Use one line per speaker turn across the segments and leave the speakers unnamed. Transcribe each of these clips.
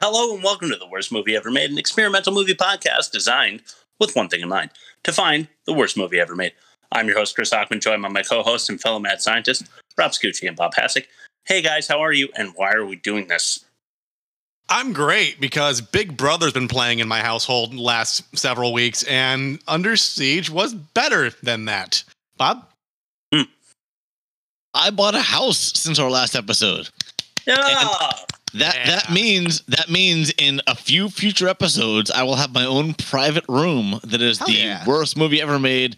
Hello and welcome to the worst movie ever made, an experimental movie podcast designed with one thing in mind to find the worst movie ever made. I'm your host, Chris Hockman, joined by my co hosts and fellow mad scientists, Rob Scucci and Bob Hassick. Hey guys, how are you and why are we doing this?
I'm great because Big Brother's been playing in my household last several weeks, and Under Siege was better than that. Bob,
I bought a house since our last episode.
Yeah.
That
Yeah.
that means that means in a few future episodes I will have my own private room that is
Hell
the
yeah.
worst movie ever made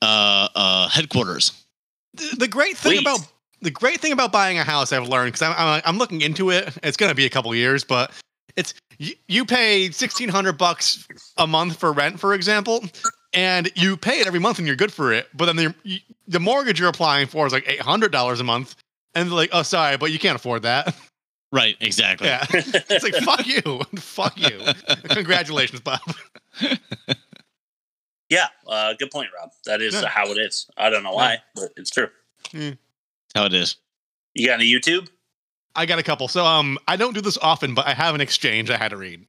uh uh headquarters.
the, the great thing
Wait.
about the great thing about buying a house I've learned because I'm, I'm I'm looking into it. It's going to be a couple years, but it's you, you pay sixteen hundred bucks a month for rent, for example, and you pay it every month and you're good for it. But then the you- the mortgage you're applying for is like eight hundred dollars a month, and they're like, oh, sorry, but you can't afford that.
Right, exactly.
Yeah, it's like fuck you, fuck you. Congratulations, Bob.
yeah, uh, good point, Rob. That is
Yeah.
how it is. I don't know why, but it's true.
That's how it is.
You got any YouTube?
I got a couple. So um, I don't do this often, but I have an exchange I had to read.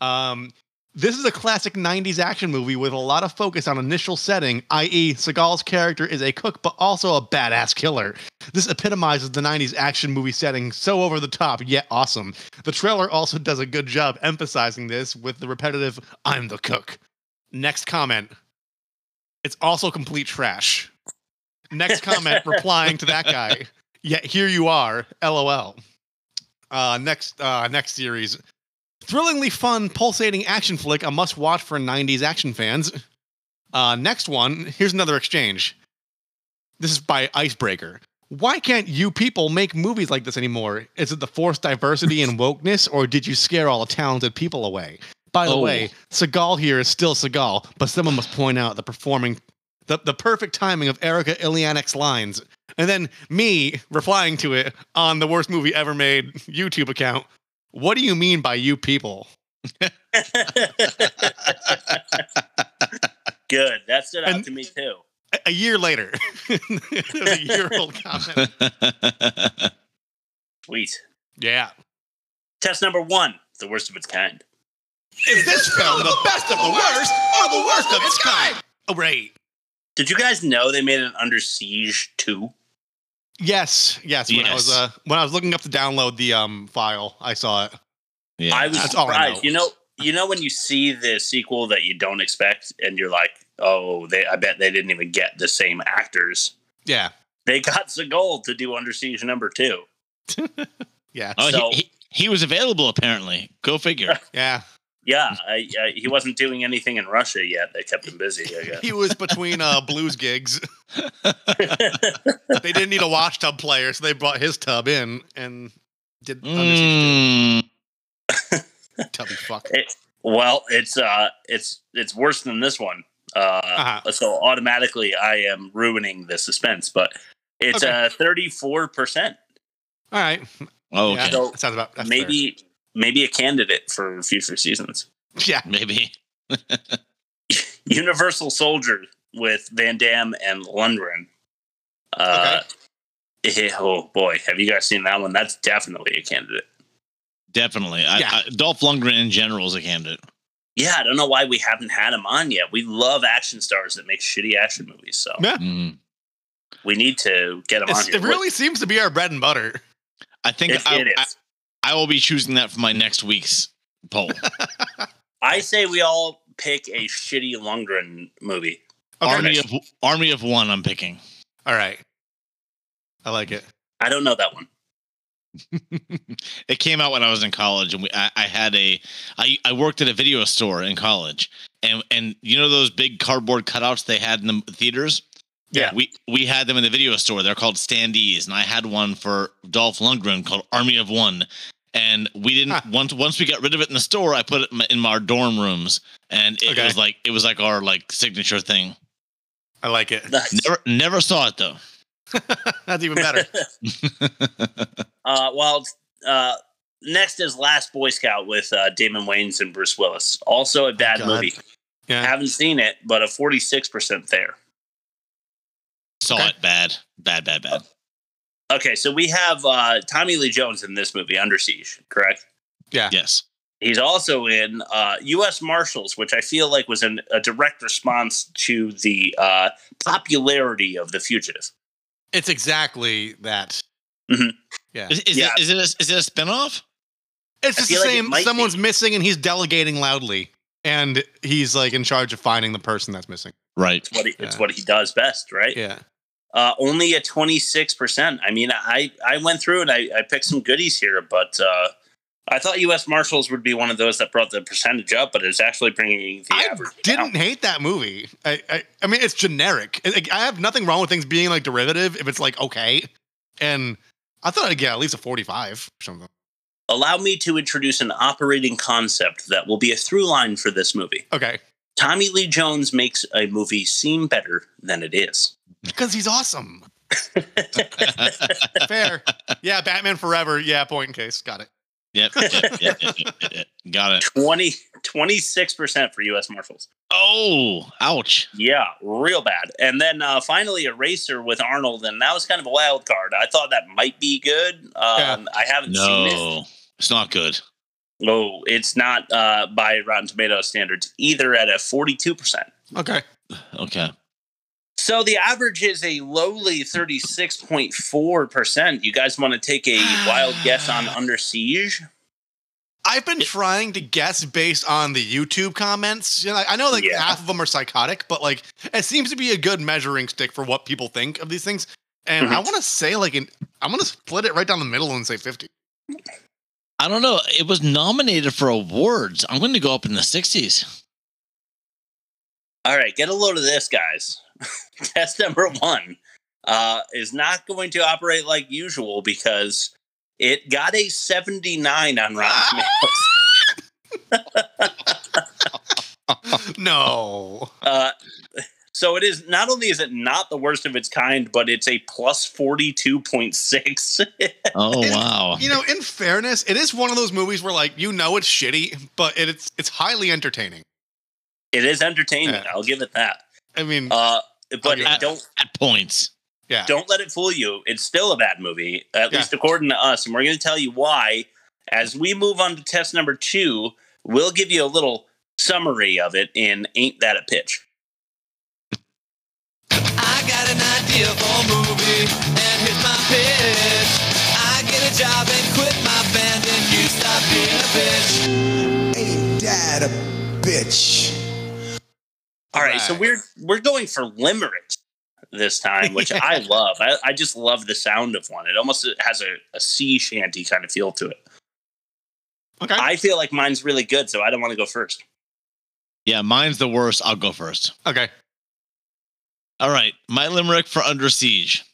Um, this is a classic '90s action movie with a lot of focus on initial setting, i.e., Seagal's character is a cook but also a badass killer. This epitomizes the '90s action movie setting, so over the top yet awesome. The trailer also does a good job emphasizing this with the repetitive "I'm the cook." Next comment. It's also complete trash. Next comment replying to that guy yet here you are lol uh next uh next series thrillingly fun pulsating action flick a must watch for 90s action fans uh next one here's another exchange this is by icebreaker why can't you people make movies like this anymore is it the forced diversity and wokeness or did you scare all the talented people away by the
Oh.
way seagal here is still seagal but someone must point out the performing the, the perfect timing of erica ilianek's lines and then me replying to it on the worst movie ever made YouTube account. What do you mean by you people?
good. That stood out
And-
to me too.
A, a year later, it was a year old comment.
Sweet.
Yeah.
Test number one, the worst of its kind.
Is this film the best of the worst or the worst of its kind? Oh, right.
Did you guys know they made an Under Siege 2?
Yes, yes. When I was
Yes.
uh, when I was looking up to download the um file, I saw it.
yeah. Uh,
I was
That's all I
surprised.
know.
You know, you know when you see the sequel that you don't expect, and you're like, "Oh, they! I bet they didn't even get the same actors.
Yeah,
They got Seagal to do Under Siege number two.
yeah,
oh,
so-
he, he, he was available apparently. Go figure.
yeah.
Yeah, I, I, he wasn't doing anything in Russia yet. They kept him busy. I guess.
He was between uh blues gigs. they didn't need a washtub player, so they brought his tub in and did. Mm.
Mm.
Tubby fuck.
Well, it's uh, it's it's worse than this one. Uh,
Uh-huh.
so automatically I am ruining the suspense, but it's
Okay.
uh thirty four percent.
All right.
Oh,
Yeah,
okay.
So
that sounds about that's
Maybe maybe a candidate for future seasons.
fair. Yeah,
Maybe.
Universal Soldier with Van Damme and Lundgren. Uh, eh, oh boy, have you guys seen that one? That's definitely a candidate.
Definitely. I,
Yeah.
I, Dolph Lundgren in general is a candidate.
Yeah, I don't know why we haven't had him on yet. We love action stars that make shitty action movies, so
Yeah.
Mm.
we need to get him
It's-
on here.
it really seems to be our bread and butter.
I think
It-
I,
it is.
I, I will be choosing that for my next week's poll.
I say we all pick a shitty Lundgren movie.
Okay.
Army of Army of One. I'm picking.
All right, I like it.
I don't know that one.
it came out when I was in college, and we I, I had a I I worked at a video store in college, and and you know those big cardboard cutouts they had in the theaters.
Yeah.
we we had them in the video store. They're called standees, and I had one for Dolph Lundgren called Army of One. And we didn't
Huh.
once once we got rid of it in the store. I put it in my- in our dorm rooms, and it
Okay.
was like it was like our like signature thing.
I like it.
Never never saw it though.
That's even better.
Uh, well, uh, next is Last Boy Scout with uh, Damon Wayans and Bruce Willis. Also a bad
God.
movie.
Yeah.
Haven't seen it, but a 46% there.
Saw
Okay.
it bad, bad, bad, bad.
Okay, so we have uh, Tommy Lee Jones in this movie, Under Siege, correct?
Yes.
He's also in uh, U.S. Marshals, which I feel like was an, a direct response to the uh, popularity of The Fugitive.
It's exactly that.
Is, is,
Yeah.
it, is it a, is it a spinoff?
It's
I
just the
feel like it
same.
might be.
Someone's missing, and he's delegating loudly, and he's like in charge of finding the person that's missing.
Right.
It's what he, it's
Yeah.
what he does best, right?
Yeah,
Uh, only at twenty six percent. I mean, I I went through and I, I picked some goodies here, but uh, I thought U.S. Marshals would be one of those that brought the percentage up, but it's actually bringing the
I
average down.
didn't hate that movie. I, I, I mean, it's generic. I, I have nothing wrong with things being like derivative if it's like okay. And I thought I'd get at least a forty-five or something.
Allow me to introduce an operating concept that will be a through line for this movie.
Okay,
Tommy Lee Jones makes a movie seem better than it is.
because he's awesome. Fair. yeah, Batman Forever. Yeah, point in case. Got it.
Yep. yep, yep, yep, yep, yep. Got it.
20, 26% for U.S. Marshals.
Oh, ouch.
Yeah, real bad. And then uh, finally, Eraser with Arnold, and that was kind of a wild card. I thought that might be good. Um, I haven't seen it.
No, it's not good.
No, it's not uh, by Rotten Tomatoes standards either at a 42%.
Okay.
Okay.
So the average is a lowly 36.4%. You guys want to take a wild guess on Under Siege?
I've been trying to guess based on the YouTube comments. You know, I know like
Yeah.
half of them are psychotic, but like it seems to be a good measuring stick for what people think of these things. And
Mm-hmm.
I want to say like an, I'm going to split it right down the middle and say 50.
I don't know. It was nominated for awards. I'm going to go up in the 60s.
All right, get a load of this, guys. Test number one uh, is not going to operate like usual because it got a 79 on Rotten Tomatoes.
no.
Uh, so it is not only is it not the worst of its kind, but it's a plus 42.6.
Oh,
It-
wow.
You know, in fairness, it is one of those movies where like you know it's shitty, but it, it's it's highly entertaining.
it is entertaining.
Yeah.
I'll give it that.
I mean,
Uh, but
give it that.
don't
At points.
yeah.
don't let it fool you. It's still a bad movie, at
Yeah.
least according to us. And we're going to tell you why as we move on to test number two. We'll give you a little summary of it in Ain't That a Pitch.
I got an idea for a movie, and here's my pitch. I get a job and quit my band, and you stop being a bitch.
Ain't that a bitch?
All right, so
Right.
we're we're going for limericks this time, which
Yeah.
I love. I, I just love the sound of one. It almost has a, a sea shanty kind of feel to it.
Okay.
I feel like mine's really good, so I don't want to go first.
Yeah, mine's the worst. I'll go first.
okay.
All right. My limerick for Under Siege.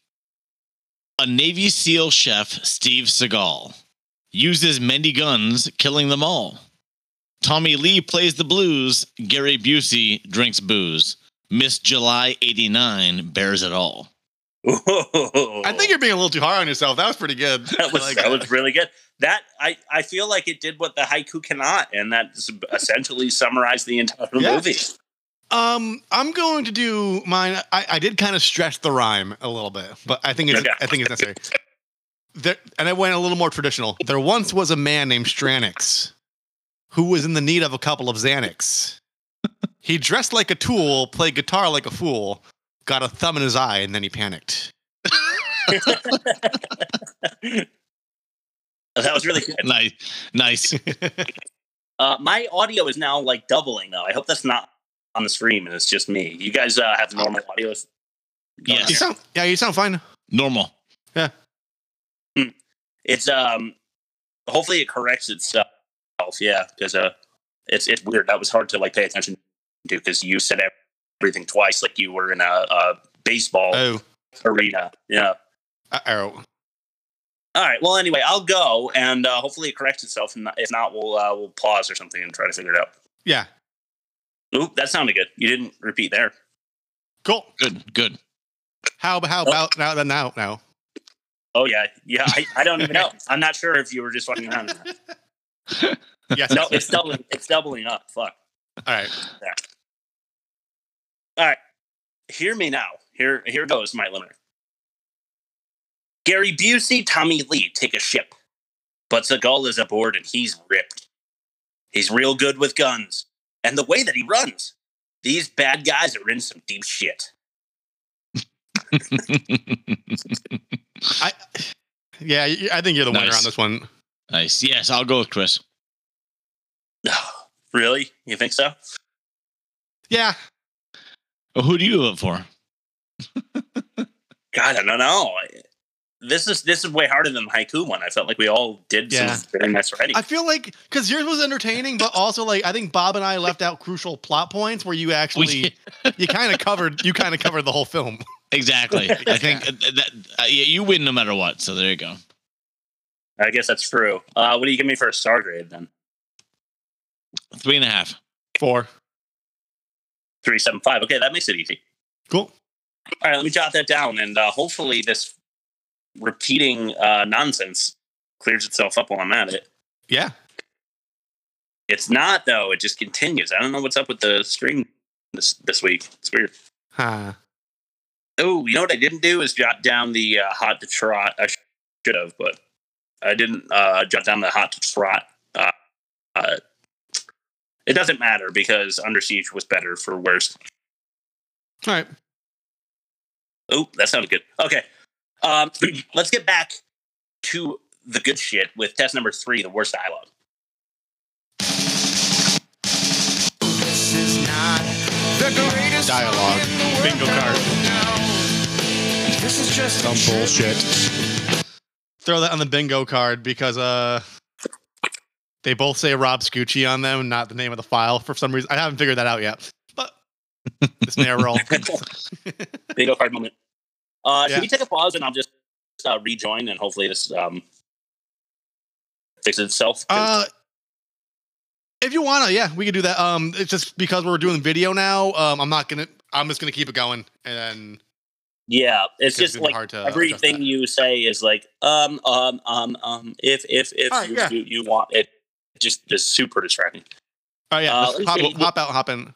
A Navy SEAL chef, Steve Seagal, uses many guns, killing them all. Tommy Lee plays the blues. Gary Busey drinks booze. Miss July 89 bears it all.
I think you're being a little too hard on yourself. That was pretty good.
Oh. that was
I like uh,
that
it.
was really good. That I I feel like it did what the haiku cannot, and that s- essentially summarized the entire
Yeah.
movie.
Um, I'm going to do mine. I, I did kind of stretch the rhyme a little bit, but I think it's
Okay.
I think it's necessary. There, and I went a little more traditional. There once was a man named Stranix who was in the need of a couple of Xanax. He dressed like a tool, played guitar like a fool, got a thumb in his eye, and then he panicked.
That was really good.
Nice. Nice.
Uh, my audio is now like doubling though. I hope that's not on the stream and it's just me. You guys uh, have normal audio. going on
Yes.
You
here?
sound Oh. yeah, you sound fine.
Normal.
It's um. Hopefully it corrects itself. Yeah, because uh, it's it's weird. That was hard to like pay attention to because you said everything twice, like you were in a, a baseball
Oh,
arena. Yeah.
uh, arrow.
All right. Well, anyway, I'll go, and uh, hopefully it corrects itself. And if not, we'll uh, we'll pause or something and try to figure it out.
Yeah,
Oop, that sounded good. You didn't repeat there.
cool.
Good. Good.
How how about now? Now now.
Oh yeah, yeah. I, I don't even know. I'm not sure if you were just fucking around. or not.
Yes.
No, it's doubling. It's doubling up. Fuck.
All right.
Hear me now. Here here goes my limiter. Gary Busey, Tommy Lee take a ship, but Seagal is aboard and he's ripped. He's real good with guns. And the way that he runs. These bad guys are in some deep shit.
Yeah, y- I think you're the winner
Nice.
on this one.
nice. Yes, I'll go with Chris.
really? You think so?
Yeah,
Well, who do you vote for?
God, I don't know. I- This is this is way harder than the haiku one. I felt like we all did
Yeah.
some very nice writing.
I feel like because yours was entertaining, but also like I think Bob and I left out crucial plot points where you actually
did.
you kind of covered you kind of covered the whole film.
Exactly. I think that uh, yeah, you win no matter what. So there you go.
I guess that's true. Uh, what do you give me for a star grade then?
Three and a half.
Four,
Three seven five. Okay, that makes it easy.
cool.
All right, let me jot that down, and uh, hopefully this repeating uh, nonsense clears itself up while I'm at it.
Yeah,
It's not though; it just continues. I don't know what's up with the stream this this week. It's weird.
huh.
Oh, you know what I didn't do is jot down the uh, hot to trot. I sh- should have, but I didn't uh, jot down the hot to trot. Uh, uh, it doesn't matter because Under Siege was better for worst.
All right.
Oh, that sounded good. Okay. Um, let's get back to the good shit with test number three, the worst dialogue.
This is not the greatest
Dialogue.
song in the world.
Bingo card.
No. This is just some
Throw that on the bingo card because uh they both say Rob Scucci on them, not the name of the file for some reason. I haven't figured that out yet. But the snare roll.
Bingo card moment. Uh,
Yeah.
Should we take a pause and I'll just uh, rejoin and hopefully this um, fixes itself? 'Cause
Uh, if you wanna, yeah, we could do that. Um, it's just because we're doing video now. Um, I'm not gonna. I'm just gonna keep it going, and
yeah, it's
'cause
just
gonna be
like
hard to uh, adjust
everything
that.
you say is like um um um um if if if
All right,
you,
Oh, yeah.
you you want it just is super distracting.
Oh yeah,
uh,
just
let me
hop,
see.
hop out, hop in.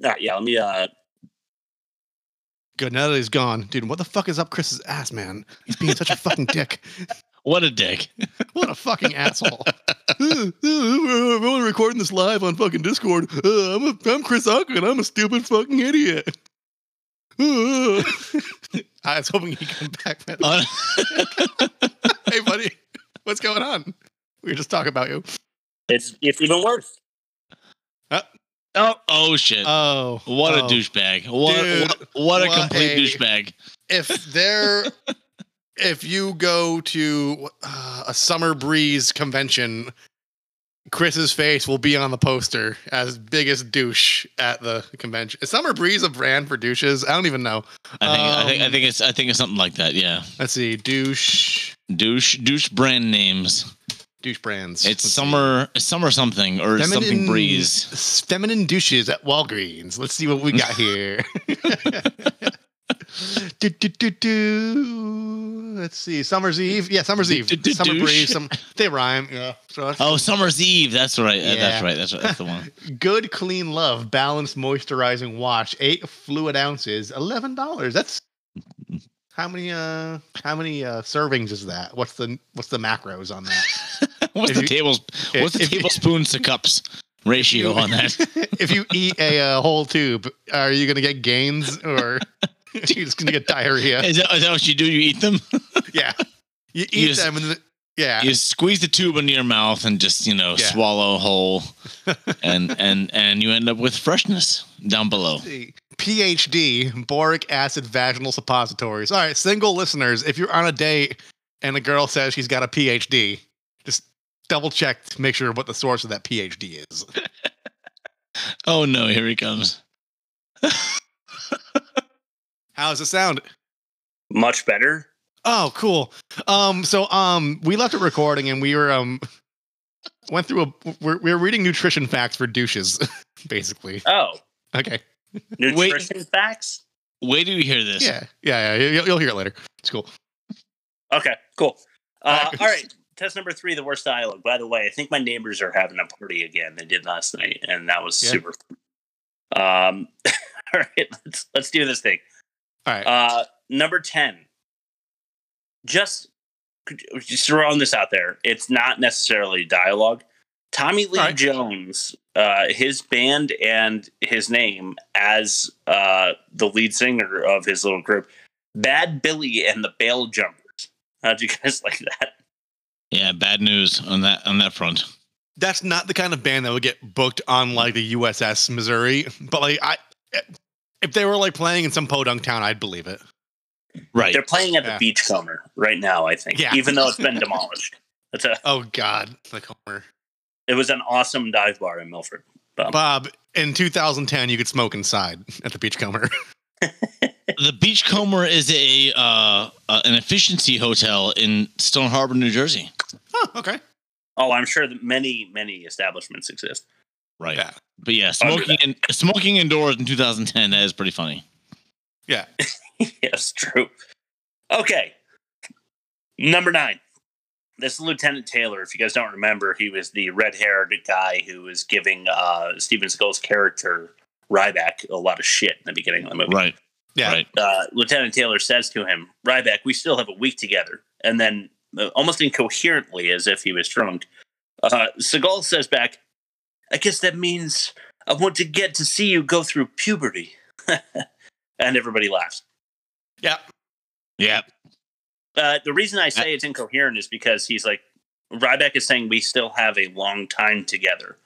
All right, yeah, let me uh
Good. Now that he's gone, dude. What the fuck is up Chris's ass, man? He's being such a fucking dick.
What a dick.
What a fucking asshole. Uh, uh, We're only recording this live on fucking Discord. Uh, I'm, a, I'm Chris Ogden. I'm a stupid fucking idiot. Uh. I was hoping he'd come back. man.
Un-
hey, buddy, what's going on? We were just talking about you.
it's it's even worse.
oh, oh shit.
Oh,
what a
oh.
douchebag. What
Dude,
what, what a
what
complete
a-
douchebag.
If there, if you go to uh, a summer breeze convention, Chris's face will be on the poster as biggest douche at the convention. Is summer breeze a brand for douches? I don't even know.
I think I think I
Um,
think it's I think it's something like that. Yeah.
Let's see, douche,
Douche douche brand names.
douche brands.
It's
Let's
summer summer something or
see.
something breeze.
s- Feminine douches at Walgreens. Let's see what we got here. do, do, do, do. Let's see. Summer's Eve. Yeah, Summer's Eve.
Do, do, do,
Summer
douche.
breeze. Some, they rhyme. Yeah. So that's-
Oh, summer's eve. That's right. Uh,
Yeah.
That's right. That's right. That's the one.
Good clean love, balanced moisturizing wash, eight fluid ounces, eleven dollars. That's how many uh how many uh servings is that? What's the what's the macros on that?
What's
If
the
you-
tables? What's the
if you-
tablespoons to cups ratio on that?
if you eat a uh, whole tube, are you gonna get gains or you're just gonna get diarrhea?
Is that, is that what you do? You eat them?
Yeah, you eat
just-
them and then, yeah,
You squeeze the tube into your mouth and just you know
Yeah.
swallow whole, and and and you end up with freshness down below.
See. PhD, boric acid vaginal suppositories. All right, single listeners, if you're on a date and the girl says she's got a PhD, just double check to make sure what the source of that PhD is.
Oh no! Here he comes.
How does it sound?
Much better.
Oh, cool. Um, so um, we left it recording and we were um, went through a we're, we were reading nutrition facts for douches, basically.
Oh.
Okay.
Nutrition facts?
Wait till you hear this.
Yeah, yeah, yeah. You'll, you'll hear it later. It's cool.
Okay, cool. Uh,
Alright.
all right, test number three, the worst dialogue. By the way, I think my neighbors are having a party again. They did last night, and that was
Yeah.
super fun. Um, all right, let's let's do this thing.
All right.
Uh, number ten. Just, just throwing this out there, it's not necessarily dialogue. Tommy Lee
All right.
Jones, uh, his band and his name as uh, the lead singer of his little group, Bad Billy and the Bail Jumpers. How'd you guys like that?
Yeah, bad news on that on that front.
That's not the kind of band that would get booked on like the USS Missouri. But like I, eh, if they were like playing in some podunk town, I'd believe it.
Right.
They're playing at the
Yeah.
Beachcomber right now, I think.
Yeah.
Even though it's been demolished. It's a,
Oh God, the Homer.
it was an awesome dive bar in Milford.
Bob, in 2010, you could smoke inside at the Beachcomber.
the Beachcomber is a uh, uh, an efficiency hotel in Stone Harbor, New Jersey.
oh, okay.
Oh, I'm sure that many, many establishments exist.
Right.
Yeah.
But yeah,
I'll do
smoking in, smoking indoors in 2010 that is pretty funny.
yes, true. Okay. Number nine. This is Lieutenant Taylor. If you guys don't remember, he was the red haired guy who was giving uh, Steven Skull's character, Ryback, a lot of shit in the beginning of the movie.
Right.
Yeah.
Right.
Uh, Lieutenant Taylor says to him, Ryback, we still have a week together. And then, uh, almost incoherently, as if he was drunk, uh, Seagal says back, I guess that means I want to get to see you go through puberty. and everybody laughs.
Yeah.
Uh, the reason I say it's incoherent is because he's like Ryback is saying we still have a long time together.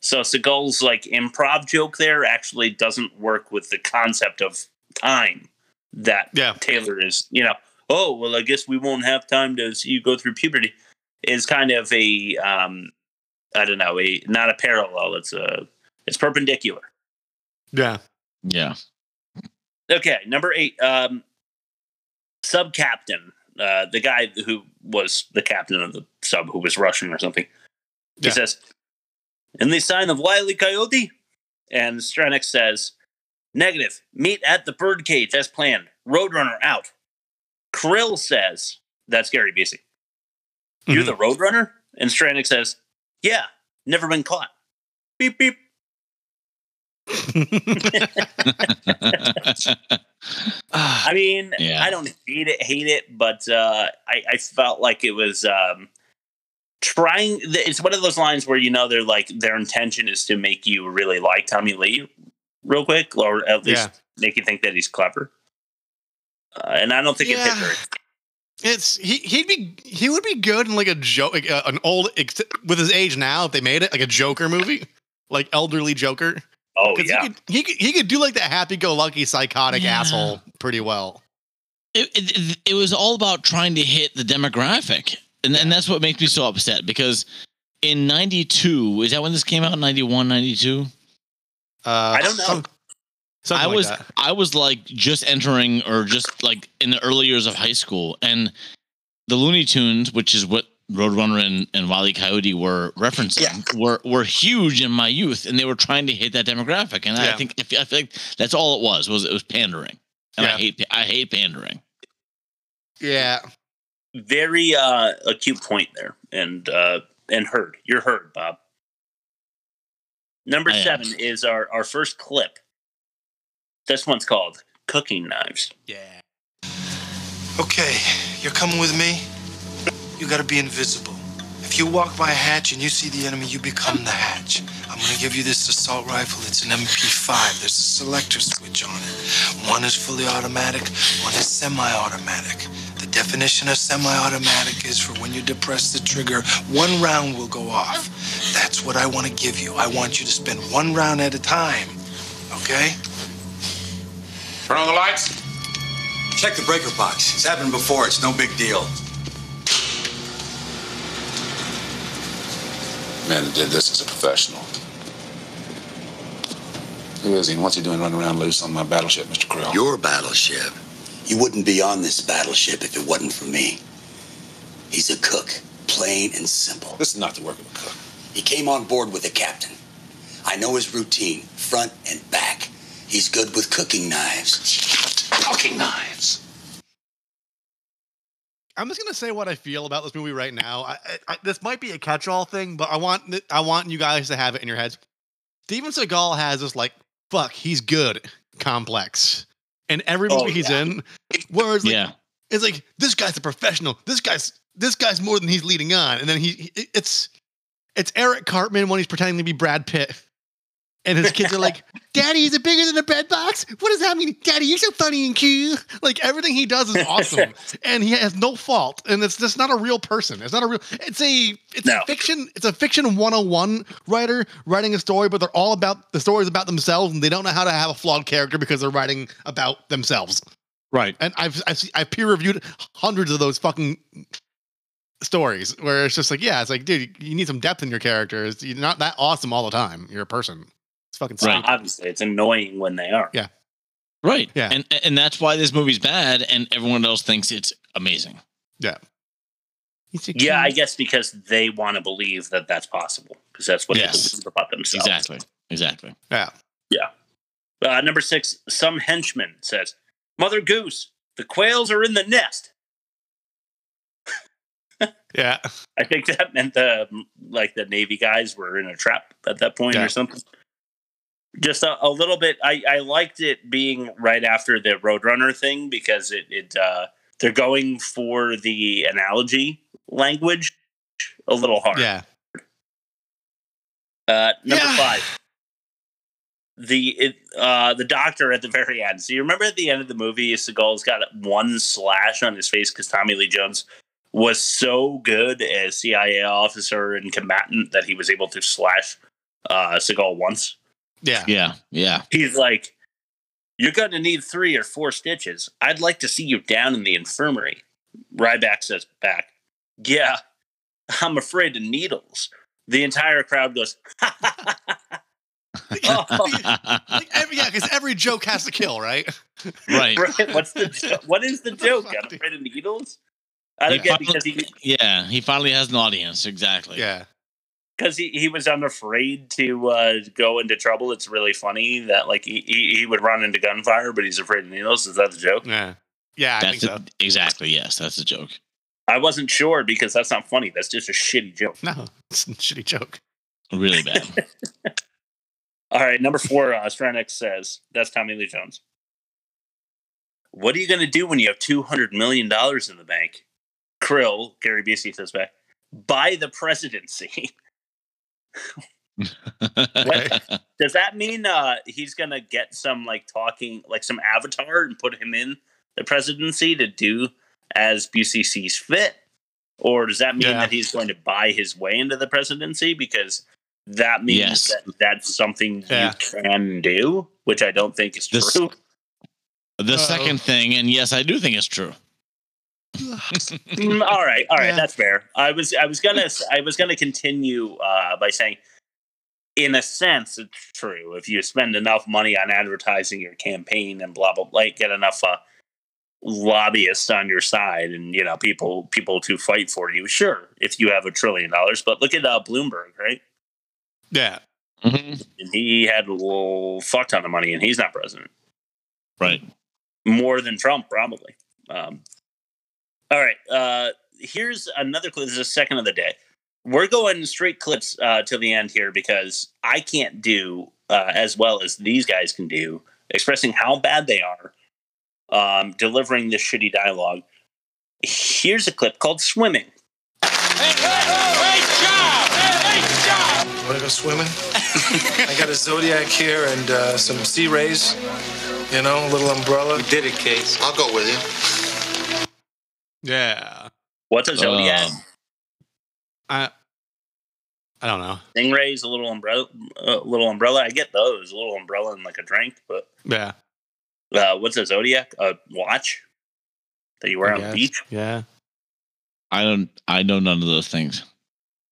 So Seagal's like improv joke there actually doesn't work with the concept of time that
Yeah.
Taylor is, you know, oh well I guess we won't have time to see you go through puberty is kind of a um I don't know, a not a parallel, it's a it's perpendicular.
Yeah.
Yeah.
Okay, number eight. Um, sub captain, uh, the guy who was the captain of the sub who was Russian or something. He
Yeah.
says, "In the sign of Wiley Coyote," and Stranix says, "Negative. Meet at the birdcage as planned. Roadrunner out." Krill says, "That's Gary Busey. You're
Mhm.
the Roadrunner," and Stranix says, "Yeah, never been caught." Beep beep.
Mm-hmm. Ah.
I mean,
Yeah.
I don't hate it, hate it, but uh, I, I felt like it was um, trying. th- It's one of those lines where you know they're like their intention is to make you really like Tommy Lee real quick, or at least
Yeah.
make you think that he's clever. Uh, and I don't think it hit
Yeah.
very.
It's he. He'd be he would be good in like a joke, like uh, an old ex- with his age now. If they made it like a Joker movie, like elderly Joker.
Oh
'Cause
yeah,
he, could, he could he could do like that happy-go-lucky psychotic
Yeah.
asshole pretty well.
it, it, it was all about trying to hit the demographic. And, and that's what makes me so upset because in 92, is that when this came out? 91, 92?
Uh,
I don't know.
some- something
I
like
was
that.
I was like just entering or just like in the early years of high school and the Looney Tunes, which is what Roadrunner and, and Wile E. Coyote were referencing, were were huge in my youth and they were trying to hit that demographic. And I
Yeah.
think I feel, I feel like that's all it was was it was pandering. And I
Yeah.
hate I hate pandering.
Yeah.
very uh, acute point there, and uh, and heard. You're heard, Bob. Number
I am.
seven is our our first clip. This one's called "Cooking Knives."
Yeah.
Okay, you're coming with me. You gotta be invisible. If you walk by a hatch and you see the enemy, you become the hatch. I'm gonna give you this assault rifle. It's an MP5. There's a selector switch on it. One is fully automatic, one is semi automatic. The definition of semi automatic is for when you depress the trigger, one round will go off. That's what I wanna give you. I want you to spend one round at a time, okay?
Turn on the lights.
Check the breaker box. It's happened before. It's no big deal.
Man that did this is a professional. Who is he and what's he doing running around loose on my battleship, Mr. Krill?
Your battleship. You wouldn't be on this battleship if it wasn't for me. He's a cook, plain and simple.
this is not the work of a cook.
He came on board with a captain. I know his routine, front and back. He's good with cooking knives.
Cooking knives.
I'm just gonna say what I feel about this movie right now. I, I, I, this might be a catch-all thing, but I want th- I want you guys to have it in your heads. Steven Seagal has this like "fuck, he's good" complex, and every
Oh,
movie he's in, where it's like,
yeah.
it's like this guy's a professional. This guy's this guy's more than he's leading on, and then he, he it's It's Eric Cartman when he's pretending to be Brad Pitt. And his kids are like, Daddy, is it bigger than a bread box? What does that mean? Daddy, you're so funny and cute. Like everything he does is awesome. and he has no fault. And it's just not a real person. It's not a real it's a it's
No.
a fiction, it's a fiction 101 writer writing a story, but they're all about the stories about themselves and they don't know how to have a flawed character because they're writing about themselves.
Right.
And I've I've, se- I've peer reviewed hundreds of those fucking stories where it's just like, yeah, it's like, dude, you need some depth in your characters. You're not that awesome all the time. You're a person. It's fucking
Right.
stupid.
Obviously, it's annoying when they are.
Right.
Yeah.
And and that's why this movie's bad and everyone else thinks it's amazing.
He's a
Yeah, I
kid.
guess because they want to believe that that's possible because that's what
Yes.
they believe about themselves.
Exactly. Exactly.
yeah.
Uh, number six, some henchman says, "Mother Goose, the quails are in the nest."
Yeah.
I think that meant the like the Navy guys were in a trap at that point
Yeah.
or something. Just a, a little bit. I, I liked it being right after the Roadrunner thing because it it uh, they're going for the analogy language a little hard.
Yeah.
Uh, number
Yeah.
five. The it, uh, the doctor at the very end. So you remember at the end of the movie, Seagal's got one slash on his face because Tommy Lee Jones was so good as CIA officer and combatant that he was able to slash uh, Seagal once.
Yeah.
Yeah. Yeah.
He's like, "You're going to need three or four stitches. I'd like to see you down in the infirmary." Ryback says back, "Yeah, I'm afraid of needles." The entire crowd goes, Oh,
Like every, yeah, because every joke has to kill, right?
right.
Right? What's the jo- what is the joke? I'm afraid of needles. I don't
Yeah.
get because he
Yeah. He finally has an audience. Exactly.
Yeah.
because he, he was unafraid to uh, go into trouble. It's really funny that like he, he, he would run into gunfire, but he's afraid of needles. Is that the joke?
Yeah. Yeah, I
That's
think so.
a- exactly. Yes. That's a joke.
I wasn't sure because that's not funny. That's just a shitty joke.
No, it's a shitty joke.
Really bad.
All right, number four, uh, Stranix says that's Tommy Lee Jones. What are you going to do when you have two hundred million dollars in the bank? Krill, Gary Busey says back, buy the presidency. Does that mean uh, he's gonna get some like talking, like some avatar, and put him in the presidency to do as Busey sees fit, or does that mean
Yeah.
that he's going to buy his way into the presidency? Because that means
Yes.
that that's something
Yeah.
you can do, which I don't think is
This-
true.
the
Uh-oh.
second thing, and yes, I do think it's true.
Mm, all right, all right,
Yeah.
that's fair. I was I was gonna I was gonna continue uh, by saying, in a sense, it's true. If you spend enough money on advertising your campaign and blah blah blah, like, get enough uh, lobbyists on your side and you know people people to fight for you. Sure, if you have a trillion dollars, but look at uh, Bloomberg, right?
Yeah.
And he had a little fuck ton of money, and he's not president.
Right.
more than Trump, probably. Um, all right. Uh, here's another clip. This is the second of the day. We're going straight clips uh, till the end here because I can't do uh, as well as these guys can do, expressing how bad they are, um, delivering this shitty dialogue. Here's a clip called Swimming.
Wanna go swimming? I got a zodiac here and uh, some sea rays. You know, a little umbrella.
Did it, Case.
I'll go with you.
Yeah.
What's a zodiac?
Oh.
Um,
I I don't know.
Stingrays, a little umbrella, a little umbrella. I get those, a little umbrella and like a drink. But
Yeah.
uh, what's a zodiac? A watch that you wear
I
on the
guess.
beach?
Yeah.
I don't. I know none of those things.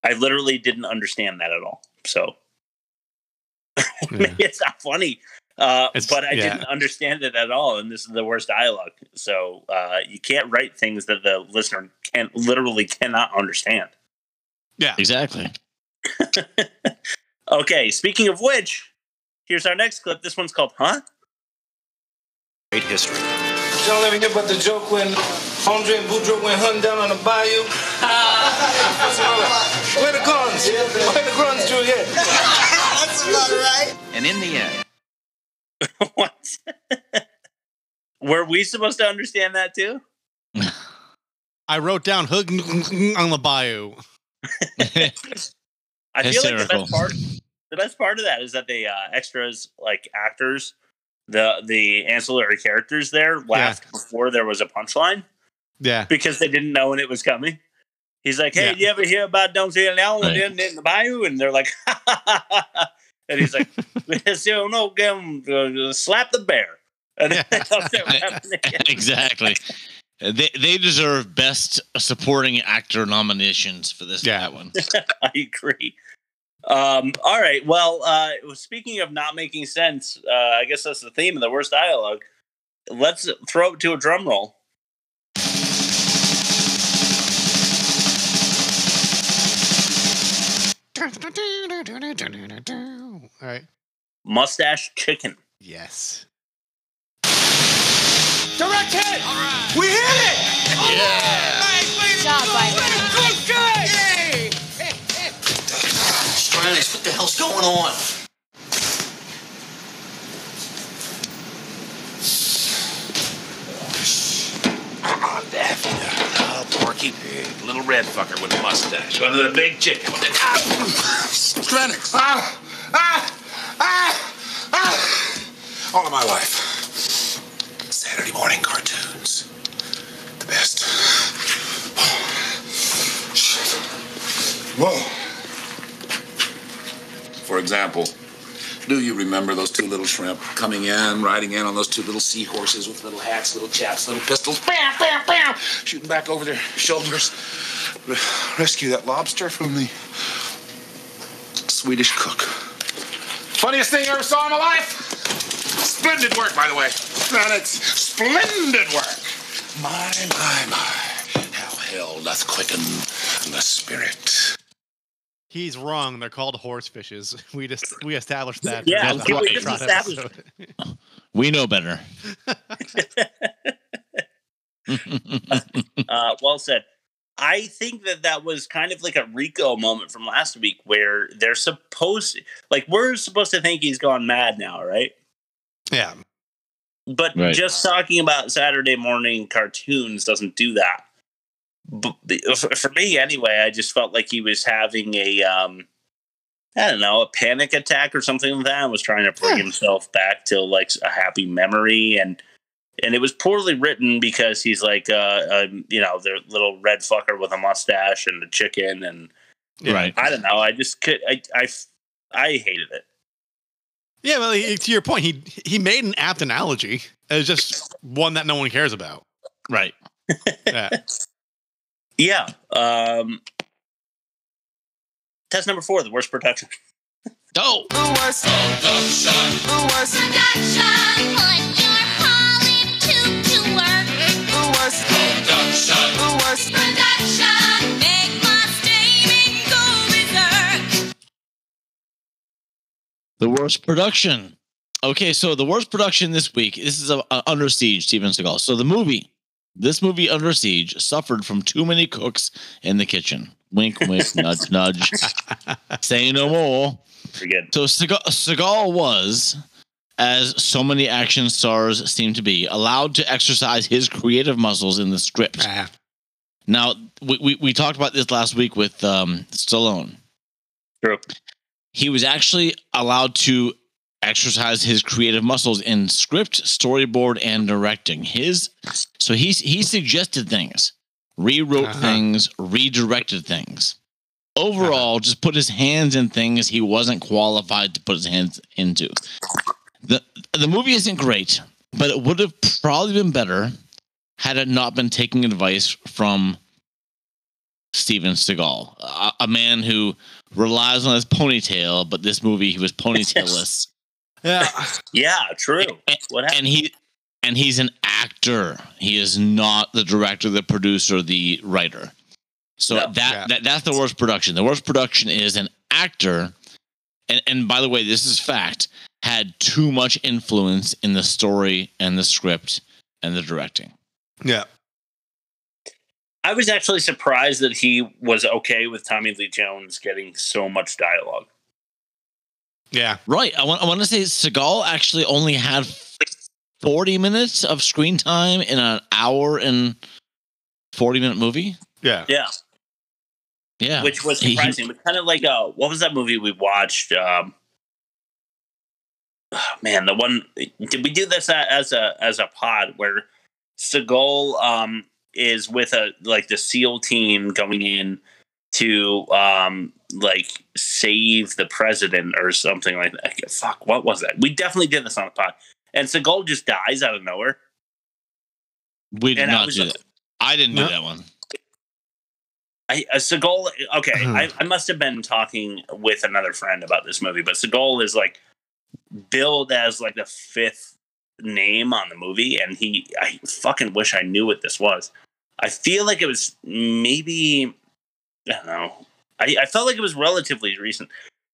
I literally didn't understand that at all. So
yeah.
it's not funny. Uh,
It's-
but I
yeah.
didn't understand it at all. And this is the worst dialogue. So uh, you can't write things that the listener can literally cannot understand.
Exactly.
Okay. Speaking of which, here's our next clip. This one's called Huh?
Great history.
Y'all ever hear about the joke when Andre and Boudreaux went hunting down on the bayou? Where the guns? Where the guns, Juliet?
And in the end,
what? Were we supposed to understand that too?
I wrote down hook on the bayou.
I feel like the
Hysterical.
best part, the best part of that is that the uh, extras, like actors, the the ancillary characters there laughed before there was a punchline
Yeah.
because they didn't know when it was coming. He's like, "Hey,
Yeah.
do you ever hear about Don't See an Allen
Right.
in, in the bayou?" And they're like, ha, ha, ha, ha. "And he's like, so no, give him, uh, slap the bear." And then they're laughing again.
exactly. They they deserve best supporting actor nominations for this
Yeah.
that one.
I agree. Um, all right. Well, uh, speaking of not making sense, uh, I guess that's the theme of the worst dialogue. Let's throw it to a drum roll.
All right.
Mustache chicken.
Yes.
Direct hit! All right. We hit it!
Good job, Mike.
Stranix, what the hell's going on?
Ah,
Oh, Porky Pig. Little red fucker with a mustache. Under the big chicken. With the-
Stranix!
Ah! Ah! Ah! Ah!
All of my life. Saturday morning cartoons. The best. Shit. Whoa. For example, do you remember those two little shrimp coming in, riding in on those two little seahorses with little hats, little chaps, little pistols? Bam, bam, bam! Shooting back over their shoulders.
Re- rescue that lobster from the
Swedish cook. Funniest thing I ever saw in my life. Splendid work, by the way. Planets. Splendid work. My, my, my. How hell doth quicken the spirit.
He's wrong. They're called horsefishes. We just we established that.
Yeah,
That's
we
what
just
brought
established
episode.
We know better.
Uh, well said. I think that that was kind of like a Rico moment from last week where they're supposed, like, we're supposed to think he's gone mad now, right?
Yeah.
But
Right.
just talking about Saturday morning cartoons doesn't do that. But for me, anyway, I just felt like he was having a, um, I don't know, a panic attack or something like that. and was trying to bring himself back to like a happy memory, and and it was poorly written because he's like, uh, um, you know, the little red fucker with a mustache and a chicken, and
Yeah.
Right.
I don't know. I just could, I, I f- I hated it.
Yeah, well, he, to your point, he he made an apt analogy. It's just one that no one cares about.
Right.
Yeah.
Yeah. Um, test number four, the worst production.
Oh.
The worst production. The worst. The worst production. The worst.
The worst production. Okay, so the worst production this week. This is a, a Under Siege, Steven Seagal. So the movie, this movie Under Siege, suffered from too many cooks in the kitchen. Wink, wink, nudge, nudge. Say no more.
Pretty good.
So Seagal, Seagal was, as so many action stars seem to be, allowed to exercise his creative muscles in the script.
Ah,
Now, we, we, we talked about this last week with um, Stallone.
True.
He was actually allowed to exercise his creative muscles in script, storyboard, and directing. His so he he suggested things, rewrote
Uh-huh.
things, redirected things. Overall, just put his hands in things he wasn't qualified to put his hands into. the The movie isn't great, but it would have probably been better had it not been taking advice from Steven Seagal, a, a man who relies on his ponytail, but this movie he was ponytailless,
yeah.
Yeah, true. What happened?
and he and he's an actor. He is not the director, the producer, the writer. So
No.
that,
Yeah.
that that's the worst production. The worst production is an actor, and and by the way, this is fact. Had too much influence in the story and the script and the directing.
Yeah.
I was actually surprised that he was okay with Tommy Lee Jones getting so much dialogue.
Yeah.
Right. I want, I want to say Seagal actually only had 40 minutes of screen time in an hour and 40 minute movie.
Yeah.
Yeah.
Yeah.
which was
He- he-
surprising. But kind of like uh, what was that movie we watched? Um, man, the one did we do this a- as a as a pod where Seagal um, is with a like the SEAL team going in to um, like save the president or something like that. Fuck, what was that? We definitely did this on the pod, and Seagal just dies out of nowhere.
we did
and I
not
was
do
like-
that. I didn't
No.
do that one.
I, uh, Seagal, okay, I, I must have been talking with another friend about this movie, but Seagal is like billed as like the fifth name on the movie, and he, I fucking wish I knew what this was. I feel like it was maybe, I don't know, I, I felt like it was relatively recent.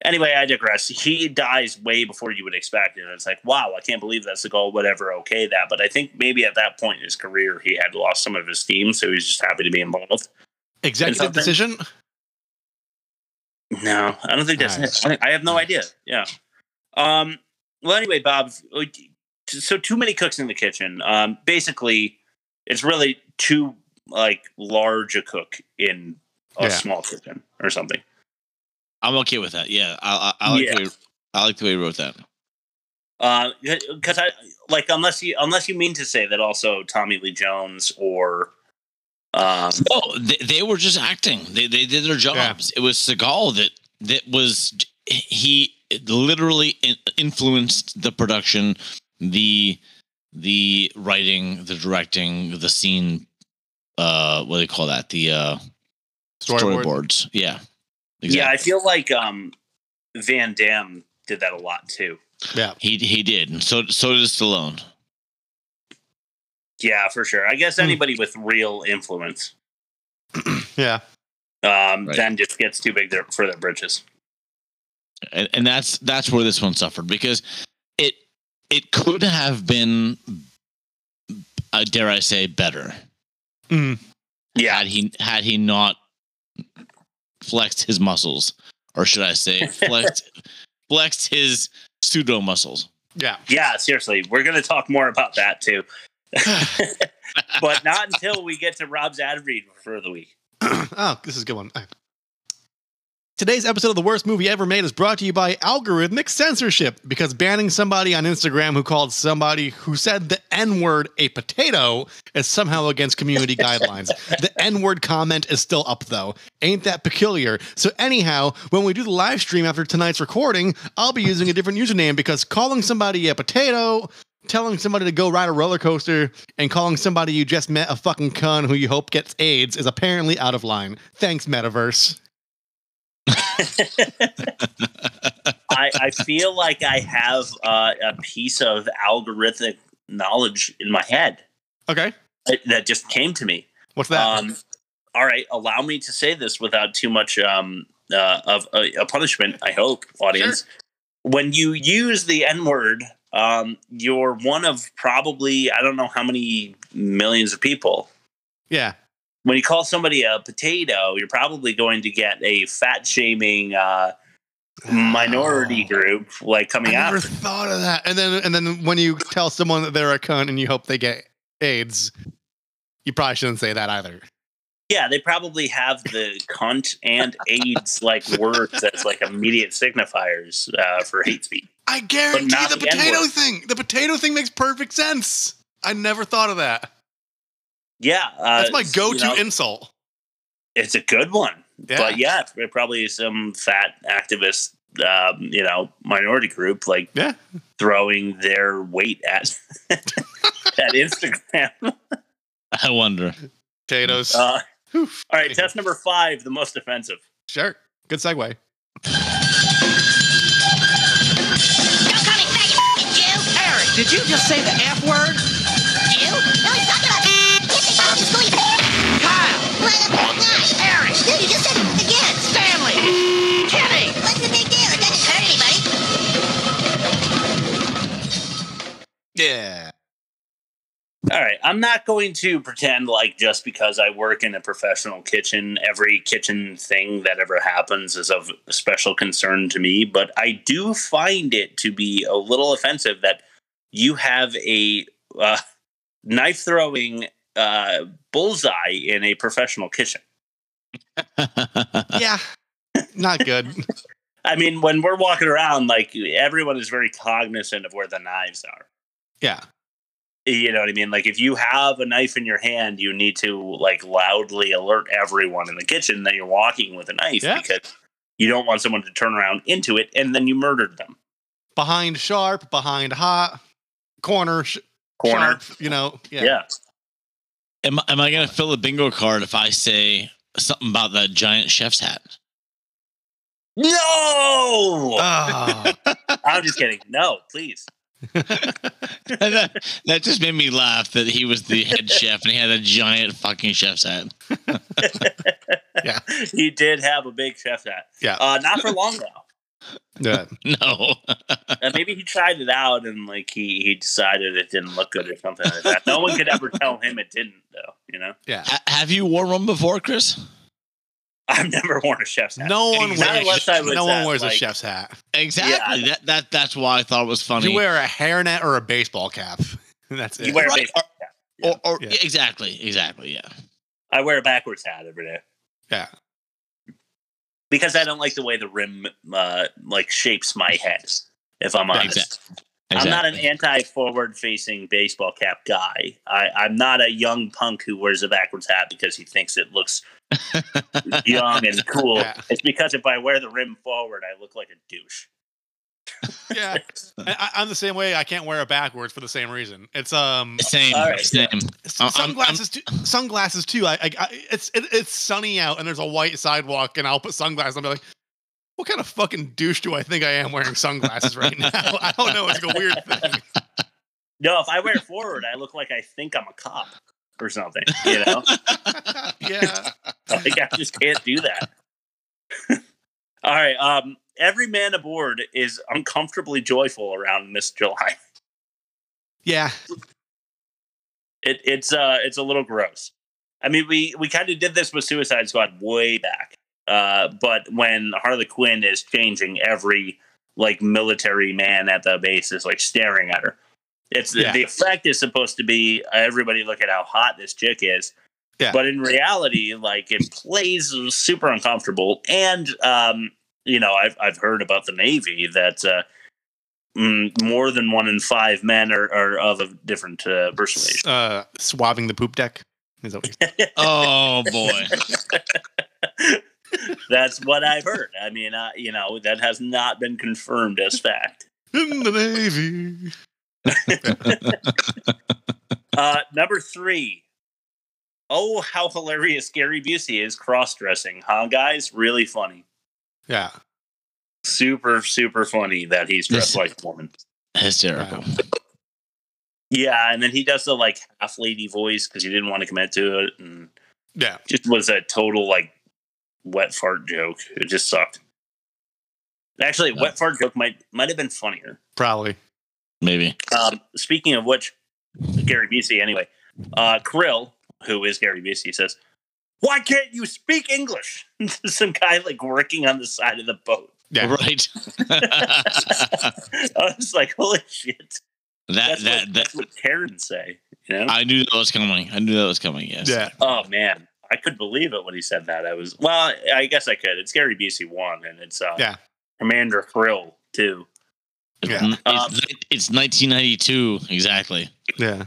Anyway, I digress. He dies way before you would expect it. It's like, wow, I can't believe that Seagal would ever okay that. But I think maybe at that point in his career, he had lost some of his steam, so he was just happy to be involved.
Executive
something-
decision.
No, I don't think that's it. I I have no idea. Yeah. Um. Well, anyway, Bob. uh, So too many cooks in the kitchen. Um. Basically, it's really too like large a cook in a
Yeah.
small kitchen or something.
I'm okay with that. Yeah. I, I, I like
Yeah.
the way, I like the way he wrote that.
because Uh, I like unless you unless you mean to say that also Tommy Lee Jones or um
Oh, they, they were just acting. They they did their jobs. It was Seagal that that was he literally in- influenced the production, the the writing, the directing, the scene. Uh, what do they call that? The uh,
Storyboard.
storyboards. Yeah,
yeah, I feel like um Van Damme did that a lot too.
Yeah.
He he did, and so so does Stallone.
Yeah, for sure. I guess
Hmm.
anybody with real influence.
Yeah.
um,
Right.
then just gets too big there for their britches.
and, and that's that's where this one suffered because it it could have been uh, dare I say better
Mm.
Yeah,
had he had he not flexed his muscles or should I say flexed flexed his pseudo muscles
Yeah.
yeah. Seriously, we're gonna talk more about that too, but not until we get to Rob's ad read for the week.
oh, this is a good one. Alright. Today's episode of the worst movie ever made is brought to you by algorithmic censorship because banning somebody on Instagram who called somebody who said the N word a potato is somehow against community guidelines. The N word comment is still up though. Ain't that peculiar? So, anyhow, when we do the live stream after tonight's recording, I'll be using a different username because calling somebody a potato, telling somebody to go ride a roller coaster, and calling somebody you just met a fucking con who you hope gets AIDS is apparently out of line. Thanks, Metaverse.
I, I feel like I have uh, a piece of algorithmic knowledge in my head
Okay.
that- that just came to me.
What's that?
Um, all right, allow me to say this without too much um, uh, of uh, a punishment. I hope, audience. When you use the N word, um, you're one of probably I don't know how many millions of people.
yeah.
When you call somebody a potato, you're probably going to get a fat shaming uh, minority group like
I
coming
never
after.
thought of that. And then and then when you tell someone that they're a cunt and you hope they get AIDS, you probably shouldn't say that either.
Yeah, they probably have the cunt and AIDS like words as like immediate signifiers uh, for hate speech.
I guarantee
not
the
the N-word.
potato thing. The potato thing makes perfect sense. I never thought of that.
Yeah, uh,
That's my
you
go-to
know,
insult.
it's a good one.
Yeah.
But yeah, it probably some fat activist, um, you know, minority group like
Yeah.
throwing their weight at at Instagram.
I wonder
Potatoes.
Uh,
Whew.
all right, test number five, the most offensive.
Sure. Good segue.
Don't call me faggot, Jew. Eric, did you just say the F word? Jew? No, you talking about Get the fuck to school, you bitch. Kyle. What a big night. Eric. Dude, you just said it again. Stanley. Kenny. What's the big deal? It doesn't hurt anybody.
Yeah.
All right, I'm not going to pretend like just because I work in a professional kitchen, every kitchen thing that ever happens is of special concern to me, but I do find it to be a little offensive that you have a uh, knife throwing uh, bullseye in a professional kitchen.
yeah, not good.
I mean, when we're walking around, like everyone is very cognizant of where the knives are.
Yeah,
You know what I mean? Like if you have a knife in your hand, you need to like loudly alert everyone in the kitchen that you're walking with a knife
Yeah.
because you don't want someone to turn around into it and then you murdered them.
behind sharp, behind hot, corner, sh-
Corner.
sharp. You know, yeah.
Yeah.
Am, am I going to fill a bingo card if I say something about that giant chef's hat?
No!
Ah.
I'm just kidding. No, please.
And that, that just made me laugh that he was the head chef and he had a giant fucking chef's hat.
He did have a big chef hat.
Yeah.
Uh, not for long though.
yeah.
No.
Uh, maybe he tried it out and like he, he decided it didn't look good or something like that. No one could ever tell him it didn't though, you know?
yeah.
Ha- have you worn one before, Chris?
I've never worn a chef's hat.
No one
Not
wears.
unless I was
no one
at,
wears a
like-
chef's hat.
Exactly.
Yeah.
That that that's why I thought it was funny.
You wear a hairnet or a baseball cap. That's it.
You wear a
Right.
baseball cap.
or, or
Yeah.
yeah, exactly, exactly, yeah.
I wear a backwards hat every day.
yeah.
because I don't like the way the rim uh, like shapes my head. If I'm honest, I'm not an
Exactly.
anti-forward facing baseball cap guy. I, I'm not a young punk who wears a backwards hat because he thinks it looks young and cool.
Yeah.
It's because if I wear the rim forward, I look like a douche.
Yeah. And I, I'm the same way. I can't wear it backwards for the same reason. It's um
same,
All right.
same. I'm- I'm-
sunglasses too. Sunglasses too. I, I, I it's it, it's sunny out and there's a white sidewalk and I'll put sunglasses. on. I'll be like, what kind of fucking douche do I think I am wearing sunglasses right now? I don't know. It's a weird thing.
No, if I wear it forward, I look like I think I'm a cop or something. You know,
yeah.
like I just can't do that. All right. Um, every man aboard is uncomfortably joyful around Miss July.
Yeah.
it, it's uh it's a little gross. I mean, we we kind of did this with Suicide Squad way back, uh, but when Harley Quinn is changing, every like military man at the base is like staring at her. It's
Yeah.
the effect is supposed to be uh, everybody look at how hot this chick is,
Yeah.
but in reality, like it plays super uncomfortable. And um, you know, I've I've heard about the Navy that. Uh, mm, more than one in five men are, are of a different uh, persuasion.
Uh, swabbing the poop deck. Is that what you're
Oh boy.
That's what I've heard. I mean, uh, you know, that has not been confirmed as fact.
in the navy?
Uh, number three. Oh, how hilarious Gary Busey is cross dressing, huh, guys? Really funny.
Yeah.
Super, super funny that he's dressed
This-
like a woman.
Hysterical.
Yeah, and then he does the like half lady voice because he didn't want to commit to it and
Yeah.
just was a total like wet fart joke. It just sucked. Actually, a wet fart joke might might have been funnier.
Probably.
Maybe.
Um, speaking of which, Gary Busey, anyway, uh, Krill, who is Gary Busey, says, Why can't you speak English? to some guy like working on the side of the boat.
Yeah.
Right. that
I was like, Holy shit. That's, what,
that that
that's what Karen say. You know?
I knew that was coming. I knew that was coming, yes.
Yeah.
oh, man. I could believe it when he said that. I was, well, I guess I could. It's Gary Busey 1, and it's uh,
Yeah.
Commander Krill 2.
Yeah.
N- It's,
Um,
ni- it's 1992 exactly.
Yeah.